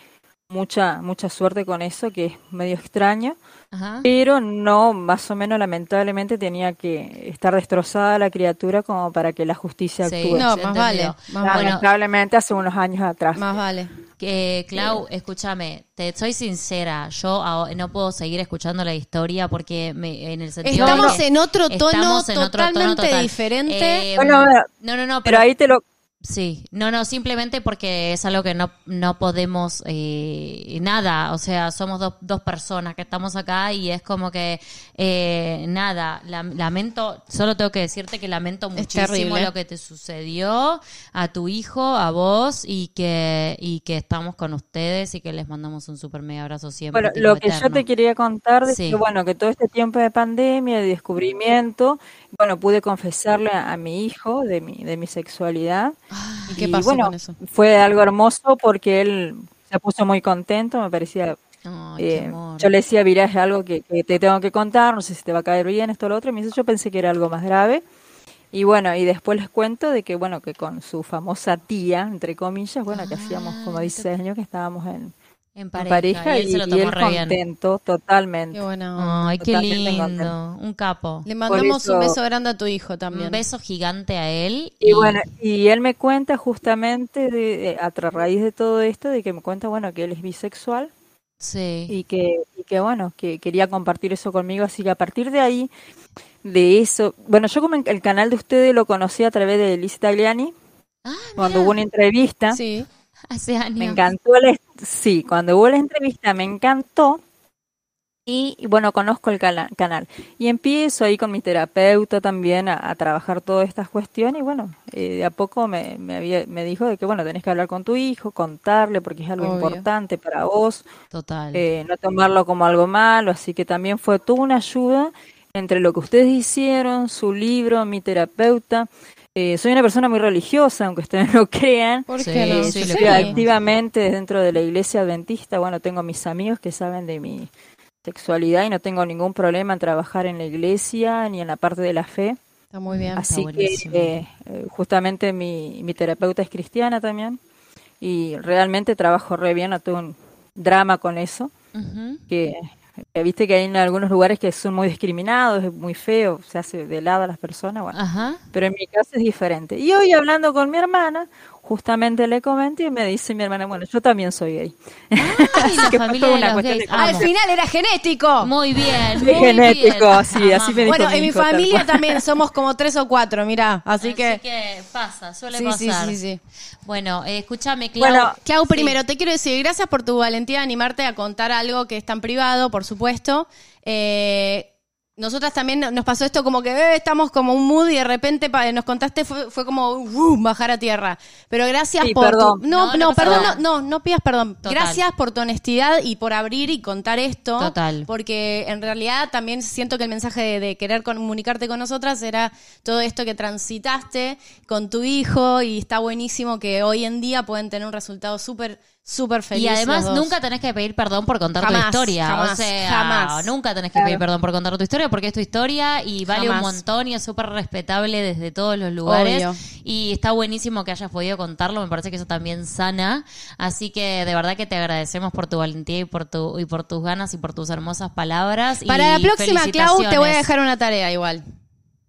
mucha, mucha suerte con eso, que es medio extraño, Ajá. pero no, más o menos lamentablemente tenía que estar destrozada la criatura como para que la justicia Sí, actúe. No, se más entendió. vale, más Bueno, vale. Lamentablemente hace unos años atrás. Más vale. Que, Clau, escúchame, te soy sincera, yo aho- no puedo seguir escuchando la historia porque me- en el sentido Estamos de que en otro tono estamos en otro tono totalmente total. diferente. Eh, Bueno, bueno, no, no, no, Pero pero, ahí te lo, sí, no, no, simplemente porque es algo que no, no podemos eh, nada, o sea, somos dos, dos personas que estamos acá y es como que eh, nada, la- lamento, solo tengo que decirte que lamento Es muchísimo terrible. lo que te sucedió a tu hijo, a vos y que y que estamos con ustedes y que les mandamos un super mega abrazo siempre. Bueno, tipo, lo que yo eterno. te quería contar es Sí. que, bueno, que todo este tiempo de pandemia, de descubrimiento, bueno, pude confesarle a, a mi hijo de mi, de mi sexualidad. ¿Y qué Y, pasó bueno, con eso? Fue algo hermoso porque él se puso muy contento, me parecía, Ay, qué eh, amor. yo le decía, mirá, es algo que, que te tengo que contar, no sé si te va a caer bien esto o lo otro, y me dice, yo pensé que era algo más grave. Y bueno, y después les cuento de que, bueno, que con su famosa tía, entre comillas, bueno, que hacíamos como Ah, 16 años que estábamos en, en en pareja, pareja y él se lo tomó re bien. contento totalmente. Qué bueno. Ay, qué Totalmente lindo. contenta. Un capo. Le mandamos eso- un beso grande a tu hijo también. Un beso gigante a él. Y bueno, y él me cuenta justamente de- de- a tra- raíz de todo esto, de que me cuenta, bueno, que él es bisexual Sí. y que, y que bueno, que quería compartir eso conmigo, así que a partir de ahí, de eso, bueno, yo como en- el canal de ustedes lo conocí a través de Liz Tagliani, Ah, cuando hubo una entrevista, Sí. hace años. me encantó, la, est- sí, cuando hubo la entrevista me encantó, y y bueno, conozco el cala- canal. Y empiezo ahí con mi terapeuta también a, a trabajar todas estas cuestiones. Y bueno, eh, de a poco me, me, había- me dijo de que, bueno, tenés que hablar con tu hijo, contarle, porque es algo Obvio. importante para vos, Total. eh, no tomarlo como algo malo. Así que también fue toda una ayuda entre lo que ustedes hicieron, su libro, mi terapeuta. Eh, soy una persona muy religiosa, aunque ustedes <laughs> no crean. ¿Por Sí, qué no? sí, lo Yo que Sí. activamente dentro de la iglesia adventista, bueno, tengo mis amigos que saben de mi sexualidad y no tengo ningún problema en trabajar en la iglesia ni en la parte de la fe. Está muy bien. Así que Ah, buenísimo. eh, eh, justamente mi, mi terapeuta es cristiana también y realmente trabajo re bien, no tuve un drama con eso, Ujú. que, que viste que hay en algunos lugares que son muy discriminados, es muy feo, se hace de lado a las personas, bueno, <laughs> Ah. Ajá. pero en mi caso es diferente. Y hoy hablando con mi hermana, justamente le comenté y me dice mi hermana, bueno, yo también soy gay. <laughs> Ay, la que fue familia toda de una los cuestión gays. de- Ah, Al Amo. final era genético. Muy bien. Soy muy genético, bien. sí, así me dijo Bueno, en mi hijo, tal <laughs> familia cual. también somos como tres o cuatro, mirá. Así, Así que... que, pasa, suele Sí, sí, pasar. sí, sí. Bueno, eh, escúchame, Clau. Bueno, Clau, primero te quiero decir gracias por tu valentía de animarte a contar algo que es tan privado, por supuesto. Eh, nosotras también no- nos pasó esto como que eh, estamos como un mood y de repente pa- nos contaste fue, fue como uh, bajar a tierra. Pero gracias Sí, por tu- perdón. no, No, no, no pasa perdón, nada. no, no, no pidas perdón. Total. Gracias por tu honestidad y por abrir y contar esto. Total. Porque en realidad también siento que el mensaje de, de querer comunicarte con nosotras era todo esto que transitaste con tu hijo y está buenísimo que hoy en día pueden tener un resultado súper, súper feliz. Y además los dos. nunca tenés que pedir perdón por contar tu Jamás, historia. o jamás, sea, jamás. nunca tenés que pedir perdón por contar tu historia porque es tu historia y vale un Jamás. montón y es súper respetable desde todos los lugares. Obvio. Y está buenísimo que hayas podido contarlo, me parece que eso también sana. Así que de verdad que te agradecemos por tu valentía y por tu y por tus ganas y por tus hermosas palabras. y Para la próxima, Clau, te voy a felicitaciones. dejar una tarea igual.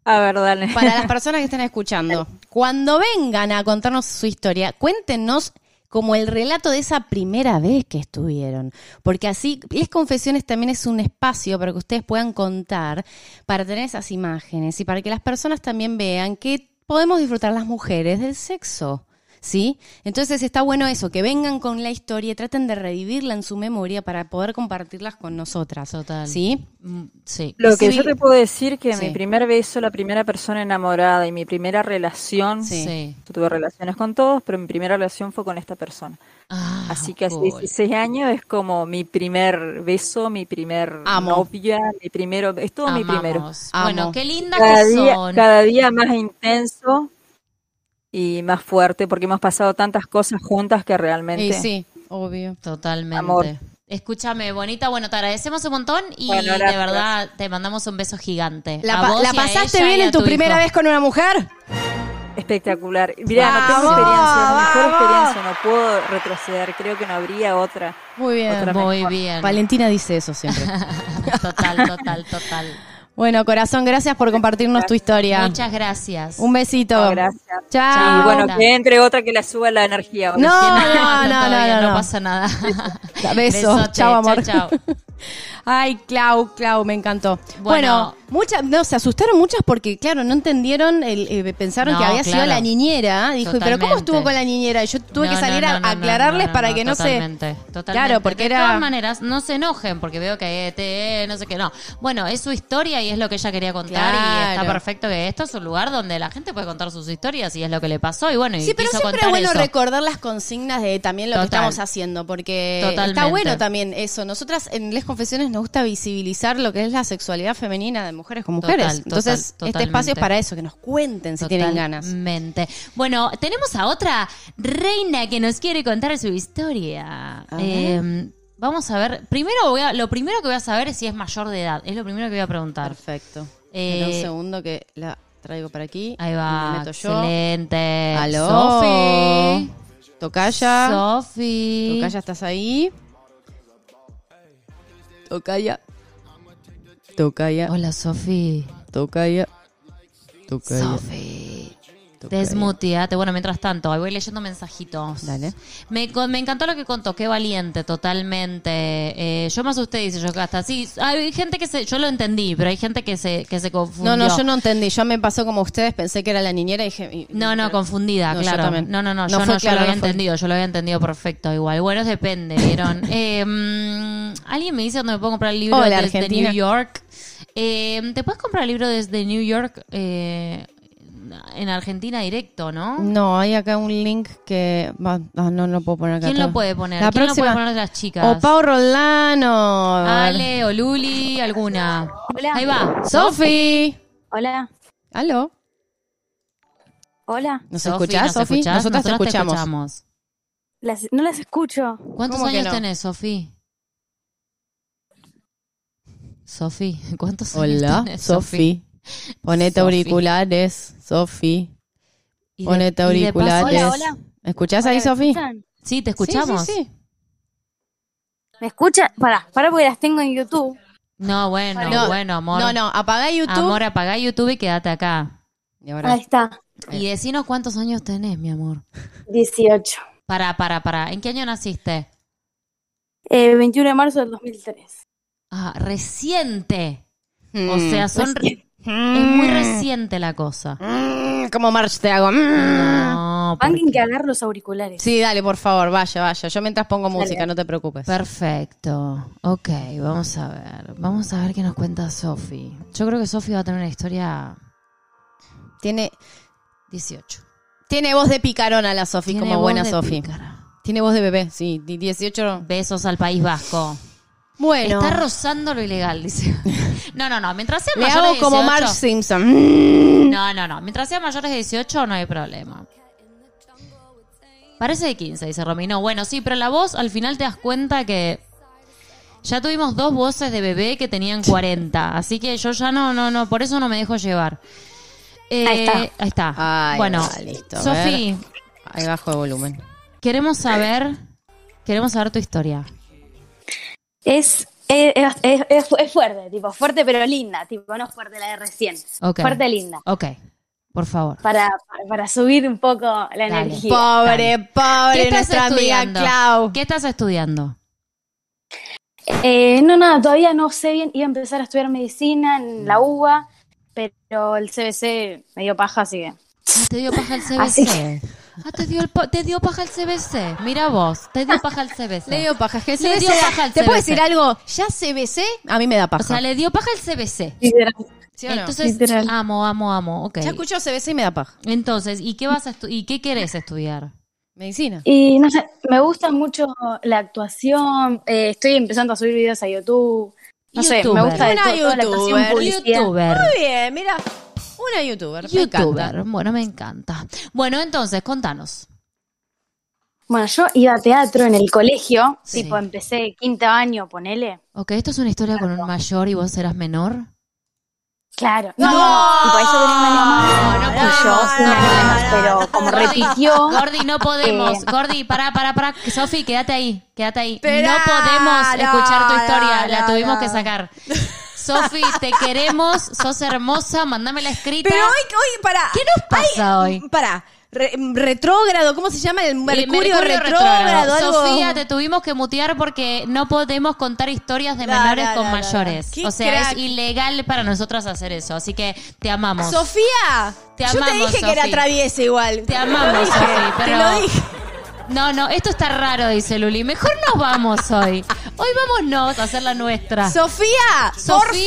A ver, dale. Para las personas que estén escuchando. Cuando vengan a contarnos su historia, cuéntenos como el relato de esa primera vez que estuvieron. Porque así, Les Confesiones también es un espacio para que ustedes puedan contar, para tener esas imágenes y para que las personas también vean que podemos disfrutar las mujeres del sexo. ¿Sí? Entonces está bueno eso, que vengan con la historia y traten de revivirla en su memoria para poder compartirlas con nosotras. Total. ¿Sí? Mm, Sí. Lo que Sí. yo te puedo decir que Sí. mi primer beso, la primera persona enamorada y mi primera relación, Sí. Sí. yo tuve relaciones con todos, pero mi primera relación fue con esta persona. Ah, Así que hace cool. 16 años es como mi primer beso, mi primer Amo. novia, mi primero, es todo mi primero. Amamos. Amo. Bueno, qué lindas Cada que día, son. cada día más intenso y más fuerte porque hemos pasado tantas cosas juntas que realmente... Y sí, obvio. Totalmente. Amor. Escúchame, bonita. Bueno, te agradecemos un montón y Bueno, de gracias. verdad te mandamos un beso gigante. ¿La, A pa- vos la y a pasaste ella bien y a en tu, primera hijo. vez con una mujer? Espectacular. Mirá, no tengo ¡Vamos! experiencia, la mejor ¡Vamos! experiencia, no puedo retroceder, creo que no habría otra. Muy bien. Otra Muy mejor. bien. Valentina dice eso <laughs> siempre. Total, total, total. bueno, corazón, gracias por compartirnos tu historia. Muchas gracias. Un besito. No, gracias. Chao. Y bueno, Hola. que entre otra que la suba la energía. No, Que no, no, todo no, bien, no, no. pasa nada. Beso. Besote. Chao, amor. Chao, chao. <laughs> Ay, Clau, Clau, me encantó. Bueno, Bueno. muchas, no, se asustaron muchas porque, claro, no entendieron, el, eh, pensaron No, que había sido claro. la niñera. Dijo, ¿y pero ¿cómo Totalmente. estuvo con la niñera? Y yo tuve No, que no, salir no, a no, no, aclararles para que no totalmente, se. Totalmente. Claro, porque de era. todas maneras, no se enojen, porque veo que ETE, no sé qué, no. Bueno, es su historia y es lo que ella quería contar y Claro. está perfecto que esto es un lugar donde la gente puede contar sus historias y es lo que le pasó y bueno, y Sí, pero E quiso siempre es contar bueno eso. recordar las consignas de también lo que Total. estamos haciendo, porque está Totalmente. bueno también eso. Nosotras en Les Confesiones nos gusta visibilizar lo que es la sexualidad femenina de mujeres con Total, mujeres. total, Entonces, este espacio es totalmente. Mm, para eso, que nos cuenten si tienen ganas. Totalmente. Bueno, tenemos a otra reina que nos quiere contar su historia. ver. Eh, vamos a ver. Primero voy a- lo primero que voy a saber es si es mayor de edad. Es lo primero que voy a preguntar. Perfecto. Eh, Espera un segundo que la traigo para aquí. Ahí Me va. meto yo. Excelente. Aló. Sofi. Tocaya. Sofi. Tocaya, ¿estás ahí? Tocaya. Tocaya. Hola, Sofi. Tocaya. Tocaya. Sofi. Tocaya. Desmuteate. Bueno, mientras tanto, ahí voy leyendo mensajitos. Dale. Me, co- me encantó lo que contó, qué valiente, totalmente. Eh, yo me asusté, dice yo, hasta sí. Hay gente que se. Yo lo entendí, pero hay gente que se, que se confundió. No, no, yo no entendí. Yo me pasó como ustedes, pensé que era la niñera y dije. y- No, no, confundida, No, yo claro. también. no, no, no, No yo fue no, yo claro, lo había no fue. entendido, yo lo había entendido perfecto igual. Bueno, depende, <laughs> ¿vieron? Eh, mm, Alguien me dice dónde me puedo comprar el libro Hola, desde Argentina. New York. Eh, ¿Te puedes comprar el libro desde New York eh, en Argentina directo, no? No, hay acá un link que. va, ah, no, no puedo poner acá. ¿Quién lo todo. puede poner? La ¿Quién lo próxima- puede poner de las chicas? O Pau Rolano. Ale o Luli, alguna. Hola. Ahí va. Sofi. Hola, ¿Aló? hola. ¿Nos Sofi, escuchás, ¿nos Sofi? escuchás? Nosotras te Nosotras escuchamos. Las- no las escucho. ¿Cuántos ¿Cómo que años no? tenés, Sofi? Sofi, <laughs> <laughs> ¿cuántos Hola, años <laughs> tenés, Sofi. Ponete Sofi. auriculares, Sofi. Y de- Ponete y de paso- auriculares. Hola, hola. ¿Escuchás Hola, ahí, ¿me Sofi? escuchan? Sí, te escuchamos. Sí, sí, sí. ¿Me escucha? Pará, pará porque las tengo en YouTube. No, bueno, No, bueno, amor. No, no, apagá YouTube. Amor, apagá YouTube y quédate acá. Y ahora- Ahí está, Eh. Y decinos cuántos años tenés, mi amor. 18. Para, para, para. ¿En qué año naciste? Eh, 21 de marzo del 2003. Ah, reciente. O Mm. sea, son... Es muy reciente la cosa. Mm, como March te hago. Mm. No, por- Alguien que agarre los auriculares. Sí, dale, por favor, vaya, vaya. Yo mientras pongo música, no te preocupes. Perfecto. Ok, vamos a ver. Vamos a ver qué nos cuenta Sofi. Yo creo que Sofi va a tener una historia Tiene, 18. tiene voz de picarona la Sofi, Tiene como voz buena de Sofi. pícara. Tiene voz de bebé, sí, di- 18. Besos al País Vasco. Bueno, Está rozando lo <laughs> ilegal, dice. No, no, no. Mientras sea le mayor hago como Marge Simpson. Mm. No, no, no. Mientras sea mayores de 18 no hay problema. Parece de 15, dice Romino. Bueno, sí, pero la voz al final te das cuenta que ya tuvimos dos voces de bebé que tenían 40. Así que yo ya no, no, no, por eso no me dejo llevar. Eh, Ahí está. Ahí está. Ahí bueno, va, listo, a Sofi, Ahí bajo de volumen. queremos saber, queremos saber tu historia. Es, eh, es, es- es- es fuerte, tipo, fuerte pero linda, tipo, no fuerte la de recién. Ok. Fuerte linda. Ok. Por favor. para, para subir un poco la energía. Pobre, pobre ¿Qué estás nuestra amiga estudiando? Clau. ¿Qué estás estudiando? Eh, no, nada, todavía no sé bien. Iba a empezar a estudiar medicina en la UBA, pero el CBC me dio paja, así que. Ah, te dio paja el Así CBC. Ah, te dio, el pa- te dio paja el CBC. Mira vos, te dio paja el <laughs> CBC. Le dio paja. que Le CBC dio paja al ¿Te puedo CBC. decir algo? Ya CBC, a mí me da paja. o sea, le dio paja el CBC. ¿Sí o no? Entonces, Literal. amo, amo, amo. Ok. Ya escucho CBC y me da paja. Entonces, ¿y qué vas a estu- y qué querés estudiar? Medicina. Y no sé, me gusta mucho la actuación. eh, estoy empezando a subir videos a YouTube. No sé, me Youtuber. gusta de Una todo, toda la actuación, youtuber, publicidad. Youtuber. Muy bien, mira. Una youtuber. me encanta. Youtuber. Bueno, me encanta. Bueno, entonces, contanos. Bueno, yo iba a teatro en el colegio, Sí. tipo empecé quinto año, ponele. Ok, esto es una historia con un mayor y vos eras menor. Claro. No. Tipo, ahí yo tenía un año No, más. no y yo podemos, un año no, menos, no, pero no. como Gordi, repitió. Gordi, no podemos. <laughs> Eh. Gordi, pará, pará, pará. Sofi, quédate ahí, quédate ahí. Esperá, no podemos no, escuchar tu no, historia, la no, tuvimos no. <laughs> que sacar. Sofi, te queremos, sos hermosa, mandame la escrita. Pero hoy, hoy, para. ¿Qué nos pasa hoy? Para. retrógrado, ¿cómo se llama? El mercurio, El mercurio retrógrado. algo- Sofía, te tuvimos que mutear porque no podemos contar historias de No, menores no, con no, no, no. mayores. Qué O sea, crack. es ilegal para nosotras hacer eso. Así que te amamos. Sofía, Te yo te amamos, dije que era Sofi. traviesa igual. Te amamos, dije, Sofi, pero- Te lo dije. No, no, esto está raro, dice Luli. Mejor nos vamos <laughs> hoy. Hoy vámonos a hacer la nuestra. Sofía, Ah. Sofía, por casi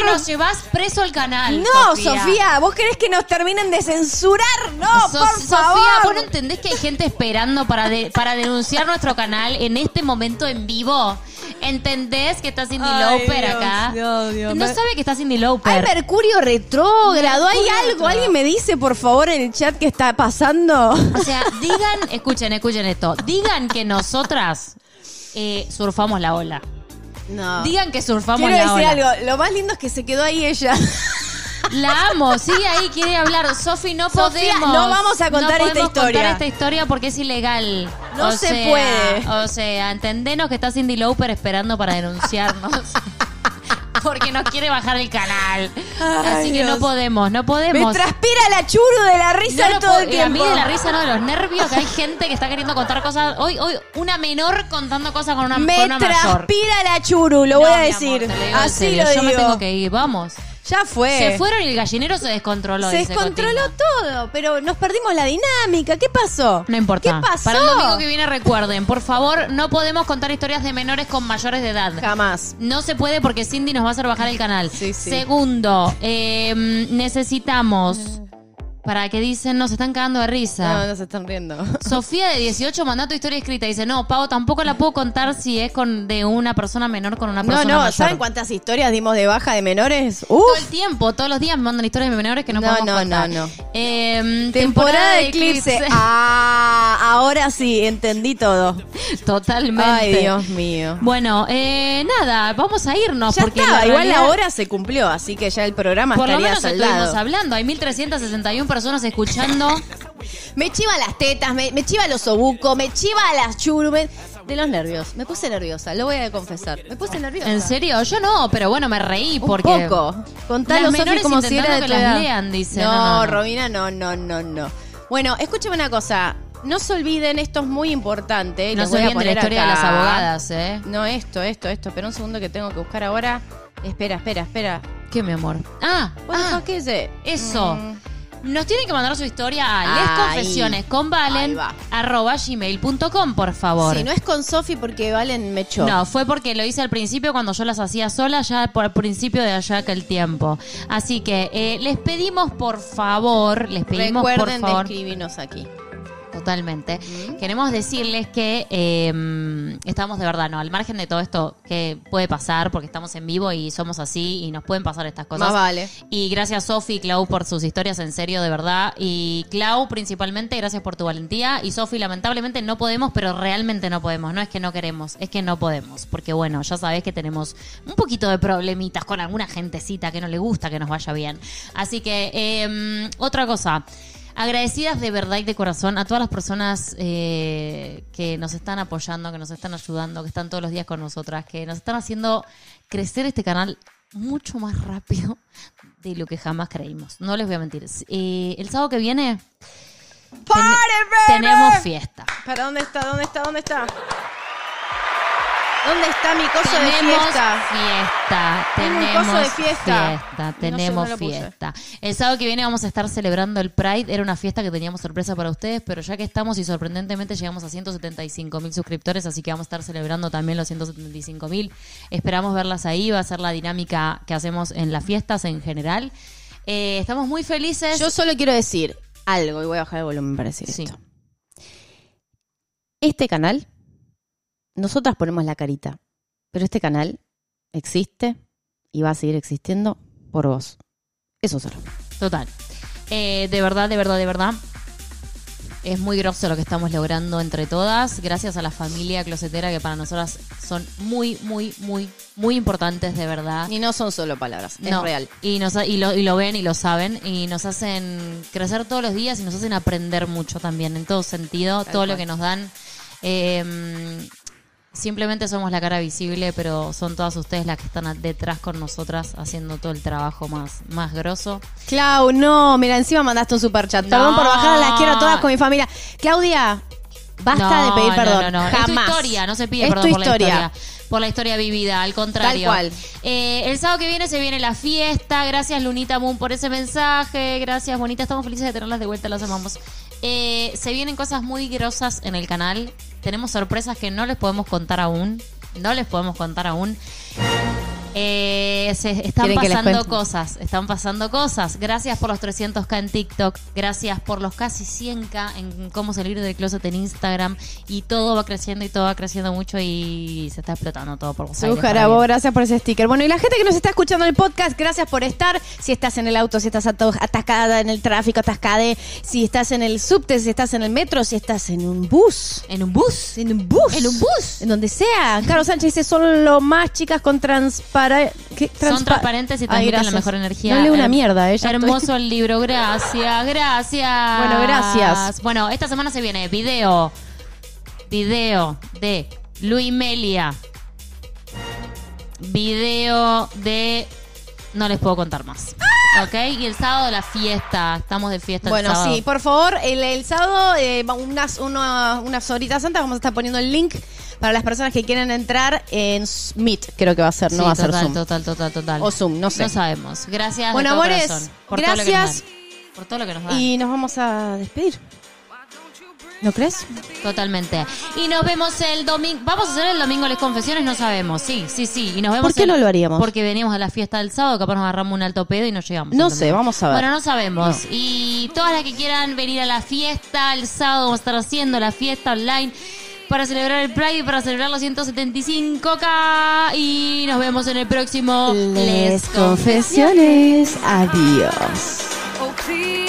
favor. nos llevas preso al canal. No, Sofía. vos querés que nos terminen de censurar. No, So- por Sofía, ¿vos favor. no entendés que hay gente esperando para, de- para denunciar nuestro canal en este momento en vivo? ¿Entendés que está Cindy Ay, Lauper Dios, acá? Dios, Dios. no Me- sabe que está Cindy Hay Lauper. mercurio retrógrado, hay Mercurio algo. retrógrado. ¿Alguien me dice, por favor, en el chat qué está pasando? O sea, digan, escuchen, escuchen esto. Digan que nosotras eh, surfamos la ola. No. Digan que surfamos Ah. Quiero la decir ola. algo. Lo más lindo es que se quedó ahí ella. <laughs> La amo, sigue ahí, quiere hablar. Sofi, no Sofía, podemos. no vamos a contar no esta podemos historia. contar esta historia porque es ilegal. No O se sea, puede. O sea, entendenos que está Cindy Lauper esperando <laughs> para denunciarnos. porque nos quiere bajar el canal. Ay, Así que Dios. no podemos, no Me podemos. transpira la churu de la risa No lo todo el puedo- y A mí tiempo. de la risa, no, de los <laughs> nervios, que hay gente que está queriendo contar cosas. Hoy, hoy una menor contando cosas con una, Me con una mayor. transpira la churu, lo voy No, a mi amor, decir. te lo digo en Así serio, lo Yo digo. me tengo que ir, vamos. Ya fue. Se fueron y el gallinero se descontroló. Se dice descontroló Cotinga. todo, pero nos perdimos la dinámica. ¿Qué pasó? No ¿Qué importa. pasó? Para el domingo que viene recuerden, por favor, no podemos contar historias de menores con mayores de edad. Jamás. No se puede porque Cindy nos va a hacer bajar el canal. Sí, sí. Segundo, eh, necesitamos... Para que dicen, nos están cagando de risa. no se están riendo. Sofía de 18 mandó tu historia escrita. Dice, no, Pau, tampoco la puedo contar si es con de una persona menor con una No, persona no, mayor. ¿saben cuántas historias dimos de baja de menores? Todo ¡Uf! el tiempo, todos los días me mandan historias de menores que no, No, podemos no, contar. no, no. Eh, temporada, Temporada de eclipse. Ah, ahora sí, entendí todo. <laughs> Totalmente. Ay, Dios mío. Bueno, eh, nada, vamos a irnos. Ya Ah, porque estaba, la igual la realidad- hora se cumplió, así que ya el programa Por lo estaría menos estuvimos saldado. hablando. Hay 1.361 personas escuchando. <laughs> Me chiva las tetas, me, me chiva los obucos, me chiva las churumes. De los nervios. Me puse nerviosa, lo voy a confesar. Me puse nerviosa. ¿En serio? Yo no, pero bueno, me reí Un porque... poco. Las Contalo, Sofi, menores como si era de intentando tu que las edad. lean, dice. No, No, no, no. Romina, no, no, no, no. Bueno, escúchame una cosa. No se olviden, esto es muy importante. y No les se voy a olviden de la poner historia de acá. las abogadas, ¿eh? No, esto, esto, esto. Pero un segundo que tengo que buscar ahora. Espera, espera, espera. ¿Qué, mi amor? Ah, What the ah fuck is it? eso. Mm, Nos tienen que mandar su historia a Ahí. Ahí va. lesconfesionesconvalen.gmail.com, por favor. Sí, no es con Sofi porque Valen me echó. No, fue porque lo hice al principio cuando yo las hacía sola, ya por el principio de allá aquel tiempo. Así que eh, les pedimos por favor, les pedimos Recuerden por favor. de escribirnos aquí. Totalmente. Queremos decirles que eh, estamos de verdad, ¿no? Al margen de todo esto que puede pasar, porque estamos en vivo y somos así y nos pueden pasar estas cosas. Más vale. Y gracias Sofi y Clau por sus historias, en serio, de verdad. Y Clau, principalmente, gracias por tu valentía. Y Sofi, lamentablemente no podemos, pero realmente no podemos. No es que no queremos, es que no podemos. Porque bueno, ya sabés que tenemos un poquito de problemitas con alguna gentecita que no le gusta que nos vaya bien. Así que, eh, otra cosa. Agradecidas de verdad y de corazón a todas las personas eh, que nos están apoyando, que nos están ayudando, que están todos los días con nosotras, que nos están haciendo crecer este canal mucho más rápido de lo que jamás creímos. No les voy a mentir. Eh, el sábado que viene ten- tenemos fiesta. ¿Para dónde está? ¿Dónde está? ¿Dónde está? ¿Dónde está mi coso de Tenemos fiesta? fiesta, Tengo un tenemos coso de fiesta. No sé, tenemos no lo puse. fiesta. El sábado que viene vamos a estar celebrando el Pride. Era una fiesta que teníamos sorpresa para ustedes, pero ya que estamos y sorprendentemente llegamos a 175 mil suscriptores, así que vamos a estar celebrando también los 175 mil. Esperamos verlas ahí, va a ser la dinámica que hacemos en las fiestas en general. Eh, estamos muy felices. Yo solo quiero decir algo y voy a bajar el volumen para decir Sí. esto. Este canal, nosotras ponemos la carita, pero este canal existe y va a seguir existiendo por vos. Eso solo. Total. Eh, de verdad, de verdad, de verdad. Es muy grosso lo que estamos logrando entre todas. Gracias a la familia closetera que para nosotras son muy, muy, muy, muy importantes, de verdad. Y no son solo palabras, es Ah. No, real. Y, nos, ha- y, lo, y lo ven y lo saben. Y nos hacen crecer todos los días y nos hacen aprender mucho también, en todo sentido. todo lo cual. que nos dan. Eh, simplemente somos la cara visible, pero son todas ustedes las que están a- detrás con nosotras haciendo todo el trabajo más, más grosso. Clau, no, mira, encima mandaste un super chat. Perdón No. por bajar, las quiero a todas con mi familia. Claudia, basta No, de pedir no, perdón. no, no. Jamás. Es tu historia, no se pide Es perdón tu por historia. la historia. Por la historia vivida, al contrario. Tal cual. Eh, el sábado que viene se viene la fiesta. Gracias, Lunita Moon, por ese mensaje. Gracias, Bonita. Estamos felices de tenerlas de vuelta, las amamos. Eh, se vienen cosas muy grosas en el canal. Tenemos sorpresas que no les podemos contar aún. No les podemos contar aún. Eh, se están ¿Quieren que les pasando cuente? cosas, están pasando cosas. Gracias por los 300k en TikTok, gracias por los casi 100k en cómo salir del closet en Instagram y todo va creciendo y todo va creciendo mucho y se está explotando todo por Buenos Su Aires, está Jarabo, bien. gracias por ese sticker. Bueno, y la gente que nos está escuchando en el podcast, gracias por estar. Si estás en el auto, si estás ato- atascada en el tráfico, atascade, si estás en el subte, si estás en el metro, si estás en un bus. En un bus. En un bus. En un bus. En donde sea. Carlos Sánchez dice, son lo más chicas con transparente. Son transparentes y transmiten la mejor energía. No leo una Her- mierda, eh, ella. Hermoso el libro, gracias, gracias. Bueno, gracias. Bueno, esta semana se viene video, video de Luis Melia, video de... No les puedo contar más. ¿Ok? Y el sábado la fiesta, estamos de fiesta ¡Ah! Bueno, el sábado. sí, por favor, el, el sábado, eh, va- unas, uno- unas horitas antes, vamos a estar poniendo el link para las personas que quieren entrar en S- Meet, creo que va a ser, no Sí, va a ser total, Zoom. total, total, total. O Zoom, no sé. No sabemos. Gracias. de Bueno, todo amores, corazón, por todo lo que nos gracias. dan, por todo lo que nos dan. Y nos vamos a despedir. ¿No crees? Totalmente. Y nos vemos el domingo. ¿Vamos a hacer el domingo las confesiones? No sabemos. Sí, sí, sí. Y nos vemos ¿Por qué el- no lo haríamos? Porque venimos a la fiesta del sábado, capaz nos agarramos un alto pedo y no llegamos. No ¿entendés? sé, vamos a ver. Bueno, no sabemos. Y todas las que quieran venir a la fiesta, el sábado vamos a estar haciendo la fiesta online para celebrar el Pride y para celebrar los 175K. Y nos vemos en el próximo Les confesiones. Adiós. Oh, please.